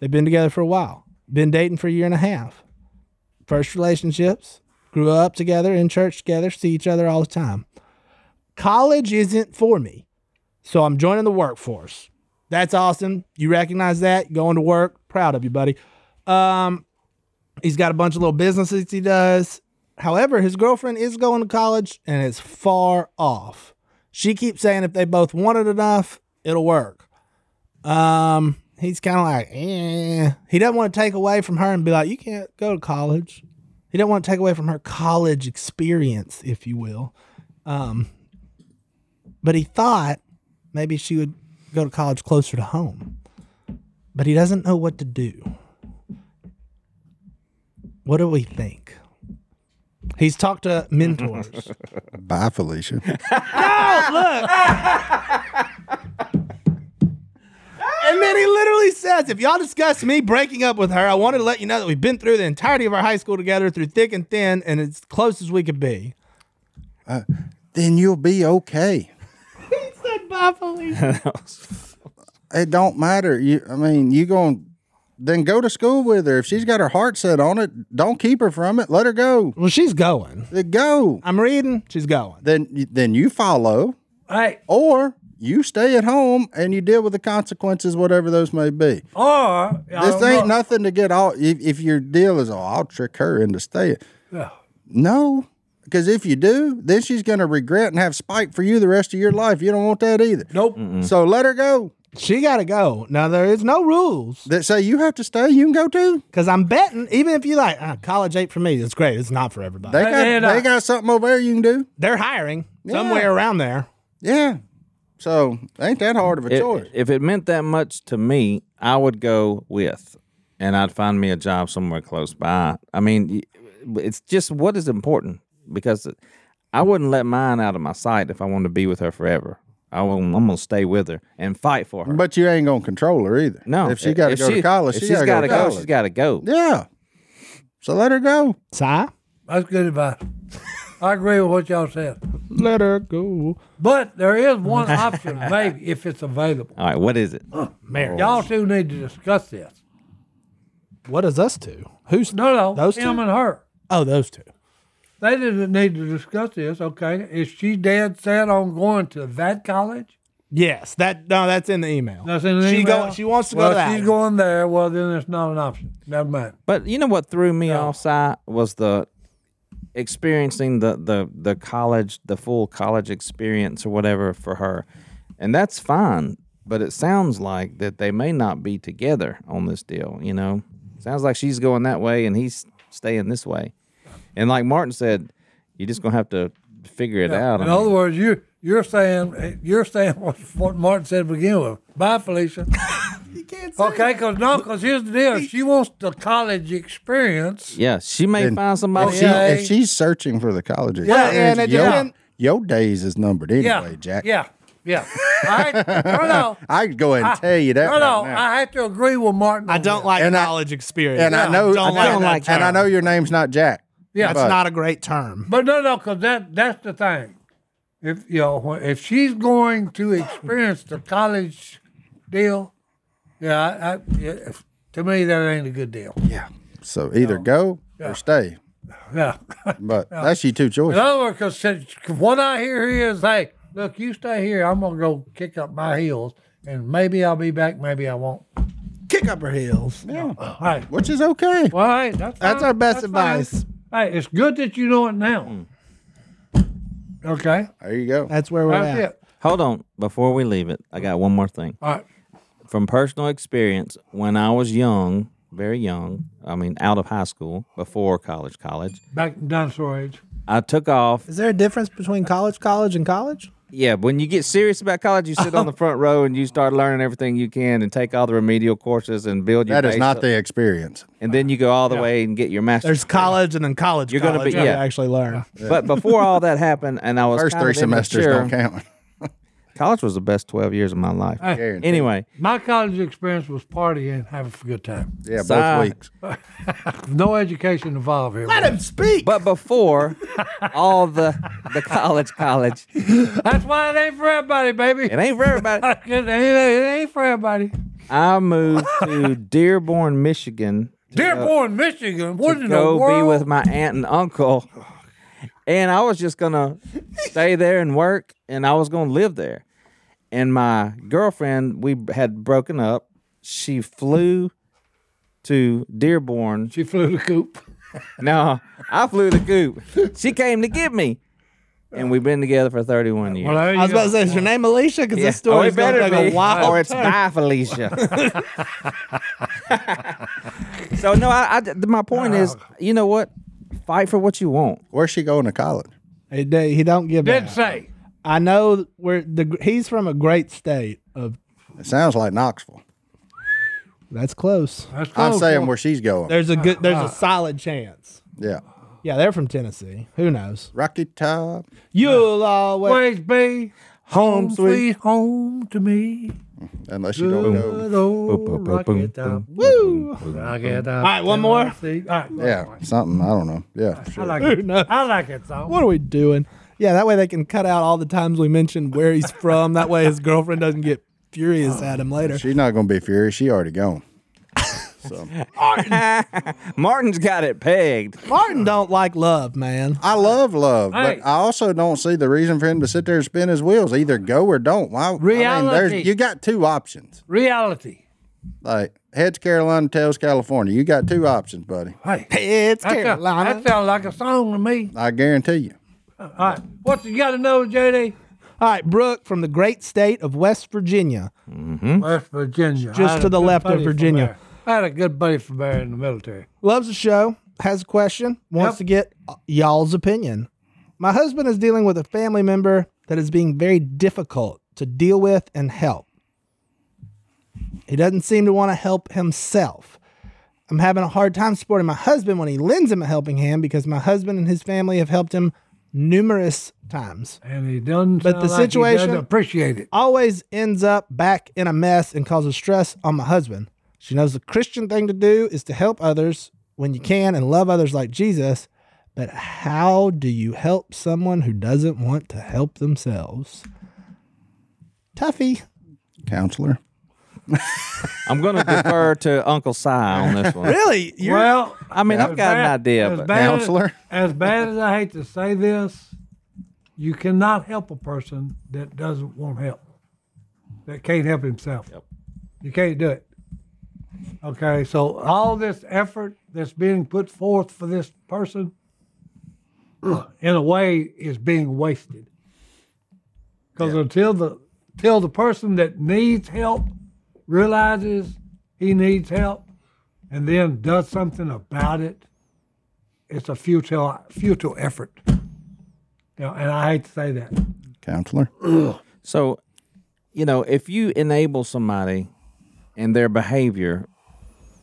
[SPEAKER 2] They've been together for a while. Been dating for a year and a half. First relationships. Grew up together in church together. See each other all the time. College isn't for me, so I'm joining the workforce. That's awesome. You recognize that. Going to work. Proud of you, buddy. Um, he's got a bunch of little businesses he does. However, his girlfriend is going to college and it's far off. She keeps saying if they both want it enough, it'll work. Um, he's kind of like, eh. He doesn't want to take away from her and be like, you can't go to college. He doesn't want to take away from her college experience, if you will. Um, but he thought maybe she would go to college closer to home. But he doesn't know what to do. What do we think? He's talked to mentors.
[SPEAKER 4] Bye, Felicia.
[SPEAKER 2] and then he literally says, If y'all discuss me breaking up with her, I wanted to let you know that we've been through the entirety of our high school together through thick and thin and as close as we could be.
[SPEAKER 4] then you'll be okay.
[SPEAKER 2] He said, Bye, Felicia.
[SPEAKER 4] It don't matter. You, I mean, you going then go to school with her. If she's got her heart set on it, don't keep her from it. Let her go.
[SPEAKER 2] well, she's going.
[SPEAKER 4] Then go.
[SPEAKER 2] I'm reading. She's going.
[SPEAKER 4] Then then you follow,
[SPEAKER 3] Hey,
[SPEAKER 4] or you stay at home and you deal with the consequences, whatever those may be.
[SPEAKER 3] or
[SPEAKER 4] This ain't nothing to get all. If, if your deal is, oh, I'll trick her into staying.
[SPEAKER 3] Yeah.
[SPEAKER 4] No, because if you do, then she's going to regret and have spite for you the rest of your life. You don't want that either.
[SPEAKER 3] Nope.
[SPEAKER 4] So let her go.
[SPEAKER 2] She got to go. Now, there is no rules.
[SPEAKER 4] That say you have to stay. You can go too.
[SPEAKER 2] Because I'm betting, even if you like, ah, college ain't for me, it's great. It's not for everybody.
[SPEAKER 4] They
[SPEAKER 3] Hey, uh,
[SPEAKER 4] got
[SPEAKER 3] hey, nah.
[SPEAKER 4] they got something over there you can do.
[SPEAKER 2] They, are hiring
[SPEAKER 4] Yeah.
[SPEAKER 2] somewhere around there.
[SPEAKER 4] Yeah. So ain't that hard of a
[SPEAKER 1] It-
[SPEAKER 4] choice.
[SPEAKER 1] if it meant that much to me, I would go with, and I'd find me a job somewhere close by. I mean, y- it's just what is important because I wouldn't let mine out of my sight if I wanted to be with her forever. I will, I'm gonna stay with her and fight for her.
[SPEAKER 4] But you ain't gonna control her either.
[SPEAKER 1] no,
[SPEAKER 4] If she got to go to college,
[SPEAKER 1] if
[SPEAKER 4] she
[SPEAKER 1] she's
[SPEAKER 4] got
[SPEAKER 1] gotta
[SPEAKER 4] to
[SPEAKER 1] go.
[SPEAKER 4] college.
[SPEAKER 1] She's got to go.
[SPEAKER 4] yeah. So let her go.
[SPEAKER 2] Si,
[SPEAKER 3] That's good advice. I agree with what y'all said.
[SPEAKER 2] let her go.
[SPEAKER 3] But there is one option, maybe, if it's available.
[SPEAKER 1] All right, what is it?
[SPEAKER 2] Marriage.
[SPEAKER 3] Y'all two need to discuss this.
[SPEAKER 2] What does us two? Who's
[SPEAKER 3] No, no,
[SPEAKER 2] Those two?
[SPEAKER 3] him and her.
[SPEAKER 2] Oh, those two.
[SPEAKER 3] They didn't need to discuss this, okay? Is she dead set on going to that college?
[SPEAKER 2] Yes, that no, that's in the email.
[SPEAKER 3] That's in the
[SPEAKER 2] she
[SPEAKER 3] email?
[SPEAKER 2] Go, she wants to
[SPEAKER 3] well,
[SPEAKER 2] go to that.
[SPEAKER 3] she's going there. Well, then it's not an option. Never mind.
[SPEAKER 1] But you know what threw me off side was the experiencing the the the college the full college experience or whatever for her. And that's fine, but it sounds like that they may not be together on this deal, you know. Sounds like she's going that way and he's staying this way. And like Martin said, you're just going to have to figure it out. I
[SPEAKER 3] In other
[SPEAKER 1] mean,
[SPEAKER 3] words, you you're saying uh, you're saying what, what Martin said to begin with. Bye, Felicia.
[SPEAKER 2] you can't say
[SPEAKER 3] Okay, because no, because here's the deal. She wants the college experience.
[SPEAKER 1] yeah, she may find
[SPEAKER 4] If,
[SPEAKER 1] somebody
[SPEAKER 4] she,
[SPEAKER 1] else.
[SPEAKER 3] yeah.
[SPEAKER 4] if she's searching for the college,
[SPEAKER 3] Well,
[SPEAKER 4] experience,
[SPEAKER 2] and it
[SPEAKER 4] your,
[SPEAKER 2] depend-
[SPEAKER 4] your days is numbered
[SPEAKER 3] Yeah,
[SPEAKER 4] anyway, Jack.
[SPEAKER 3] yeah, yeah. I no, no,
[SPEAKER 4] I can go ahead and tell you that.
[SPEAKER 3] no, no.
[SPEAKER 4] right now.
[SPEAKER 3] I have to agree with Martin.
[SPEAKER 2] I
[SPEAKER 3] on
[SPEAKER 2] don't
[SPEAKER 3] this.
[SPEAKER 2] like
[SPEAKER 4] And I-
[SPEAKER 2] college experience.
[SPEAKER 4] and I know,
[SPEAKER 2] don't
[SPEAKER 4] I know-
[SPEAKER 2] like that
[SPEAKER 4] and I
[SPEAKER 2] term.
[SPEAKER 4] know your name's not Jack.
[SPEAKER 3] Yeah,
[SPEAKER 2] that's
[SPEAKER 4] but-
[SPEAKER 2] not a great term.
[SPEAKER 3] but no, no, because that that's the thing. If you know, when- if she's going to experience the college deal, yeah, I, I, yeah, to me that ain't a good deal.
[SPEAKER 4] Yeah. So either go or stay.
[SPEAKER 3] Yeah.
[SPEAKER 4] But that's your two
[SPEAKER 3] In
[SPEAKER 4] choices.
[SPEAKER 3] other words, because what I hear here is, hey, look, you stay here. I'm going to go kick up my heels, and maybe I'll be back, maybe I won't.
[SPEAKER 2] Kick up her heels.
[SPEAKER 3] All right.
[SPEAKER 4] Which is okay.
[SPEAKER 3] Well, hey, that's,
[SPEAKER 2] That's
[SPEAKER 3] fine.
[SPEAKER 2] our best
[SPEAKER 3] fine.
[SPEAKER 2] advice.
[SPEAKER 3] Hey, it's good that you know it now. Okay.
[SPEAKER 4] There you go.
[SPEAKER 2] That's where we're
[SPEAKER 3] That's
[SPEAKER 2] at.
[SPEAKER 3] it.
[SPEAKER 1] Hold on, before we leave it, I got one more thing.
[SPEAKER 3] All right.
[SPEAKER 1] from personal experience, when I was young, very young, I mean, out of high school, before college, college,
[SPEAKER 3] Back to dinosaur age.
[SPEAKER 1] I took off.
[SPEAKER 2] Is there a difference between college, college, and college?
[SPEAKER 1] yeah, when you get serious about college, you sit on the front row and you start learning everything you can and take all the remedial courses and build your
[SPEAKER 4] That is
[SPEAKER 1] base
[SPEAKER 4] not
[SPEAKER 1] up.
[SPEAKER 4] the experience.
[SPEAKER 1] and then you go all the way and get your master's.
[SPEAKER 2] There's college and then college.
[SPEAKER 1] You're gonna
[SPEAKER 2] college
[SPEAKER 1] be-
[SPEAKER 2] where you
[SPEAKER 1] yeah.
[SPEAKER 2] actually learn.
[SPEAKER 1] But before all that happened, and I was
[SPEAKER 4] First
[SPEAKER 1] kind
[SPEAKER 4] three
[SPEAKER 1] of
[SPEAKER 4] semesters don't
[SPEAKER 1] immature,
[SPEAKER 4] count.
[SPEAKER 1] College was the best twelve years of my life.
[SPEAKER 4] Guaranteed.
[SPEAKER 1] Anyway,
[SPEAKER 3] My college experience was partying, having a good time.
[SPEAKER 4] Yeah,
[SPEAKER 1] Si.
[SPEAKER 4] both weeks.
[SPEAKER 3] No education involved here.
[SPEAKER 6] Let him speak.
[SPEAKER 1] but before all the the college college, it
[SPEAKER 3] That's why it ain't for everybody, baby. It
[SPEAKER 1] ain't for everybody.
[SPEAKER 3] ain't, it ain't for everybody.
[SPEAKER 1] I moved to Dearborn, Michigan,
[SPEAKER 3] Dearborn, Michigan. What in the
[SPEAKER 1] go
[SPEAKER 3] world?
[SPEAKER 1] be with my aunt and uncle, and I was just gonna stay there and work, and I was gonna live there. And my girlfriend, we had broken up. She flew to Dearborn
[SPEAKER 3] she flew the coop.
[SPEAKER 1] No, I flew the coop. She came to get me, and we've been together for 31 years.
[SPEAKER 3] Well, there you
[SPEAKER 2] I was
[SPEAKER 3] go.
[SPEAKER 2] about to say, is your name Alicia? Because
[SPEAKER 1] Yeah.
[SPEAKER 2] the story's
[SPEAKER 1] Oh, it
[SPEAKER 2] gonna
[SPEAKER 1] better
[SPEAKER 2] take
[SPEAKER 1] be,
[SPEAKER 2] a while.
[SPEAKER 1] or it's die, Felicia. so no, I, I- my point is, you know what? Fight for what you want.
[SPEAKER 4] Where's she going to college?
[SPEAKER 2] He, did- he don't give
[SPEAKER 3] Didn't
[SPEAKER 2] out.
[SPEAKER 3] say.
[SPEAKER 2] I know where the he's from a great state of.
[SPEAKER 4] It sounds like Knoxville.
[SPEAKER 2] That's close.
[SPEAKER 3] That's
[SPEAKER 4] I'm
[SPEAKER 3] close.
[SPEAKER 4] saying where she's going.
[SPEAKER 2] There's a good. There's a solid chance.
[SPEAKER 4] yeah.
[SPEAKER 2] Yeah, they're from Tennessee. Who knows?
[SPEAKER 4] Rocky Top.
[SPEAKER 2] You'll always.
[SPEAKER 3] Always be home, sweet home to me.
[SPEAKER 4] Unless you don't know.
[SPEAKER 3] Good old Rocky Top.
[SPEAKER 2] Woo!
[SPEAKER 3] Rocky Top. All
[SPEAKER 2] right, one more.
[SPEAKER 4] Yeah, something. I don't know. Yeah,
[SPEAKER 3] I
[SPEAKER 4] sure.
[SPEAKER 3] like
[SPEAKER 2] Who
[SPEAKER 3] it.
[SPEAKER 2] knows?
[SPEAKER 3] I like it song.
[SPEAKER 2] What are we doing? Yeah, that way they can cut out all the times we mentioned where he's from. That way his girlfriend doesn't get
[SPEAKER 3] Oh,
[SPEAKER 2] furious at him later.
[SPEAKER 4] She's not going to be furious. She already gone.
[SPEAKER 1] Martin's got it pegged.
[SPEAKER 2] Martin don't like love, man.
[SPEAKER 4] I love love,
[SPEAKER 3] Hey.
[SPEAKER 4] but I also don't see the reason for him to sit there and spin his wheels. Either go or don't. Why? I mean,
[SPEAKER 3] Reality.
[SPEAKER 4] there's, you got two options.
[SPEAKER 3] Reality.
[SPEAKER 4] Like heads Carolina, tails California. You got two options, buddy.
[SPEAKER 3] Hey,
[SPEAKER 2] It's
[SPEAKER 3] that sound-
[SPEAKER 2] Carolina.
[SPEAKER 3] that sounds like a song to me.
[SPEAKER 4] I guarantee you.
[SPEAKER 3] All right. What you got to know, JD?
[SPEAKER 2] All right, Brooke from the great state of West Virginia.
[SPEAKER 3] West Virginia.
[SPEAKER 2] Just
[SPEAKER 3] I had
[SPEAKER 2] to
[SPEAKER 3] a
[SPEAKER 2] the
[SPEAKER 3] good
[SPEAKER 2] left of
[SPEAKER 3] buddy from
[SPEAKER 2] Virginia.
[SPEAKER 3] there. I had a good buddy from there in the military.
[SPEAKER 2] Loves the show, has a question, wants
[SPEAKER 3] Yep.
[SPEAKER 2] to get y'all's opinion. My husband is dealing with a family member that is being very difficult to deal with and help. He doesn't seem to want to help himself. I'm having a hard time supporting my husband when he lends him a helping hand because my husband and his family have helped him numerous times.
[SPEAKER 3] And he done.
[SPEAKER 2] But the
[SPEAKER 3] sound like he
[SPEAKER 2] situation-
[SPEAKER 3] doesn't appreciate it.
[SPEAKER 2] always ends up back in a mess and causes stress on my husband. She knows the Christian thing to do is to help others when you can and love others like Jesus. But how do you help someone who doesn't want to help themselves? Tuffy.
[SPEAKER 4] Counselor.
[SPEAKER 1] I'm gonna defer to Uncle Si on this one.
[SPEAKER 2] Really? You're,
[SPEAKER 3] Well,
[SPEAKER 1] I mean, I've got an
[SPEAKER 3] bad-
[SPEAKER 1] idea,
[SPEAKER 3] as
[SPEAKER 1] but
[SPEAKER 3] bad as-
[SPEAKER 4] Counselor?
[SPEAKER 3] As, bad as I hate to say this, you cannot help a person that doesn't want help, that can't help himself. You can't do it. Okay, so all this effort that's being put forth for this person, in a way, is being wasted. Because until the till the person that needs help realizes he needs help, and then does something about it, it's a futile futile effort. You know, and I hate to say that.
[SPEAKER 4] Counselor.
[SPEAKER 1] So, you know, if you enable somebody and their behavior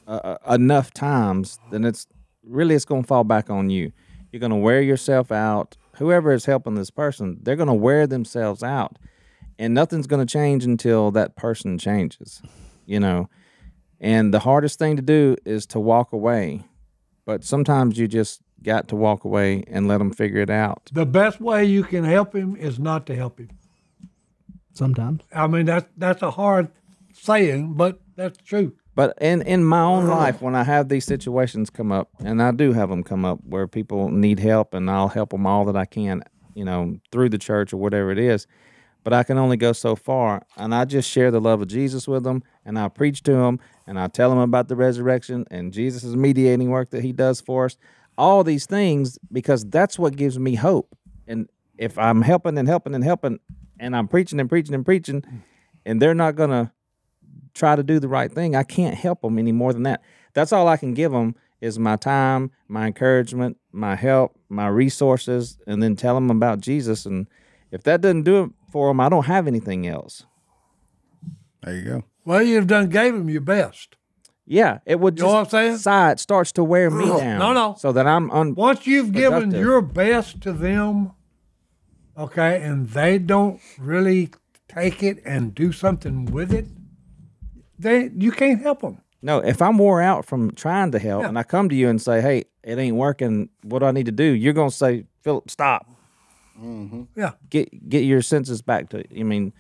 [SPEAKER 1] uh, uh, enough times, then it's really it's going to fall back on you. You're going to wear yourself out. Whoever is helping this person, they're going to wear themselves out, and nothing's going to change until that person changes. You know, and the hardest thing to do is to walk away, but sometimes you just got to walk away and let them figure it out.
[SPEAKER 3] The best way you can help him is not to help him.
[SPEAKER 2] sometimes.
[SPEAKER 3] I mean that's that's a hard saying, but that's true.
[SPEAKER 1] But in in my own life, when I have these situations come up, and I do have them come up where people need help, and I'll help them all that I can, you know, through the church or whatever it is. But I can only go so far, and I just share the love of Jesus with them, and I preach to them, and I tell them about the resurrection and Jesus' mediating work that He does for us. All these things because that's what gives me hope. And if I'm helping and helping and helping, and I'm preaching and preaching and preaching, and they're not gonna try to do the right thing. I can't help them any more than that. That's all I can give them is my time, my encouragement, my help, my resources, and then tell them about Jesus. And if that doesn't do it for them. I don't have anything else.
[SPEAKER 4] There you go.
[SPEAKER 3] Well, you've done gave him your best.
[SPEAKER 1] Yeah, it would
[SPEAKER 3] You
[SPEAKER 1] just
[SPEAKER 3] know what I'm saying?
[SPEAKER 1] side starts to wear me
[SPEAKER 3] No,
[SPEAKER 1] down.
[SPEAKER 3] no.
[SPEAKER 1] So that I'm un-
[SPEAKER 3] Once you've given
[SPEAKER 1] Productive.
[SPEAKER 3] your best to them, okay, and they don't really take it and do something with it, they you can't help them.
[SPEAKER 1] no. If I'm wore out from trying to help, and I come to you and say, "Hey, it ain't working. What do I need to do?" You're gonna say, "Philip, stop.
[SPEAKER 3] Yeah,
[SPEAKER 1] Get get your senses back to. I mean,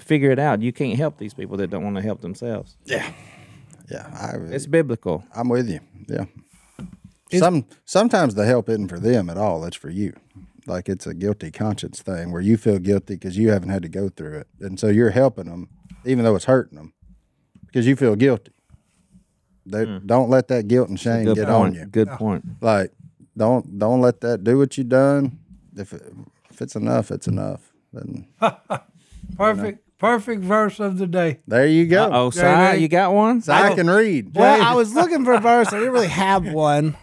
[SPEAKER 1] figure it out. You can't help these people that don't want to help themselves.
[SPEAKER 4] Yeah, I,
[SPEAKER 1] It's biblical.
[SPEAKER 4] I'm with you. Yeah. Some sometimes the help isn't for them at all. It's for you. Like it's a guilty conscience thing where you feel guilty because you haven't had to go through it, and so you're helping them, even though it's hurting them, because you feel guilty. They,
[SPEAKER 3] Hmm.
[SPEAKER 4] Don't let that guilt and shame
[SPEAKER 1] Good
[SPEAKER 4] get on
[SPEAKER 1] point.
[SPEAKER 4] you.
[SPEAKER 1] Good point.
[SPEAKER 4] Like, don't don't let that do what you done. If it, if it's enough, it's enough. Then
[SPEAKER 3] perfect, perfect verse of the day.
[SPEAKER 4] there you go.
[SPEAKER 1] Oh,
[SPEAKER 3] Jay,
[SPEAKER 1] Si,
[SPEAKER 3] Jay.
[SPEAKER 1] you got one?
[SPEAKER 4] So I can read.
[SPEAKER 2] Well, I was looking for a verse. I didn't really have one.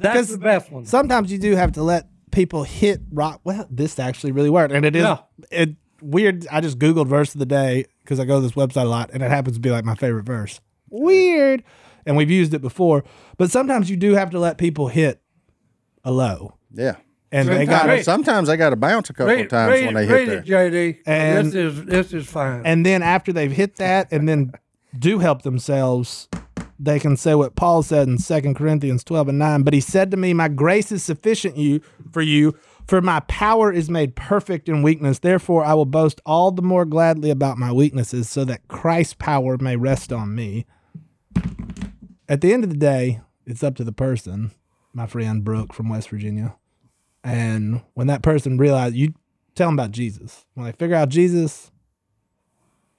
[SPEAKER 3] That's the best one.
[SPEAKER 2] Sometimes you do have to let people hit rock. Well, this actually really worked, and it is
[SPEAKER 3] Yeah.
[SPEAKER 2] it weird. I just googled verse of the day because I go to this website a lot, and it happens to be like my favorite verse. Weird, and we've used it before, but sometimes you do have to let people hit a low,
[SPEAKER 4] Yeah.
[SPEAKER 2] and they got
[SPEAKER 4] Sometimes,
[SPEAKER 3] Read-
[SPEAKER 4] sometimes I got to bounce a couple
[SPEAKER 3] Read,
[SPEAKER 4] times
[SPEAKER 3] read,
[SPEAKER 4] when they
[SPEAKER 3] it-
[SPEAKER 4] hit
[SPEAKER 3] read
[SPEAKER 4] there.
[SPEAKER 3] it, JD.
[SPEAKER 2] And-
[SPEAKER 3] this is this is fine.
[SPEAKER 2] and then after they've hit that, and then do help themselves. They can say what Paul said in 2 Corinthians 12 and 9, but he said to me, My grace is sufficient you for you, for my power is made perfect in weakness. Therefore, I will boast all the more gladly about my weaknesses, so that Christ's power may rest on me. At the end of the day, it's up to the person, my friend Brooke from West Virginia. And when that person realizes, you tell them about Jesus. When they figure out Jesus,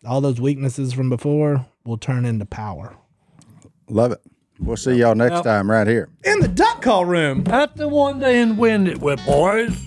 [SPEAKER 2] all those weaknesses from before will turn into power.
[SPEAKER 4] Love it. We'll see y'all next time right here.
[SPEAKER 2] In the duck call room.
[SPEAKER 3] That's the one they invented with boys.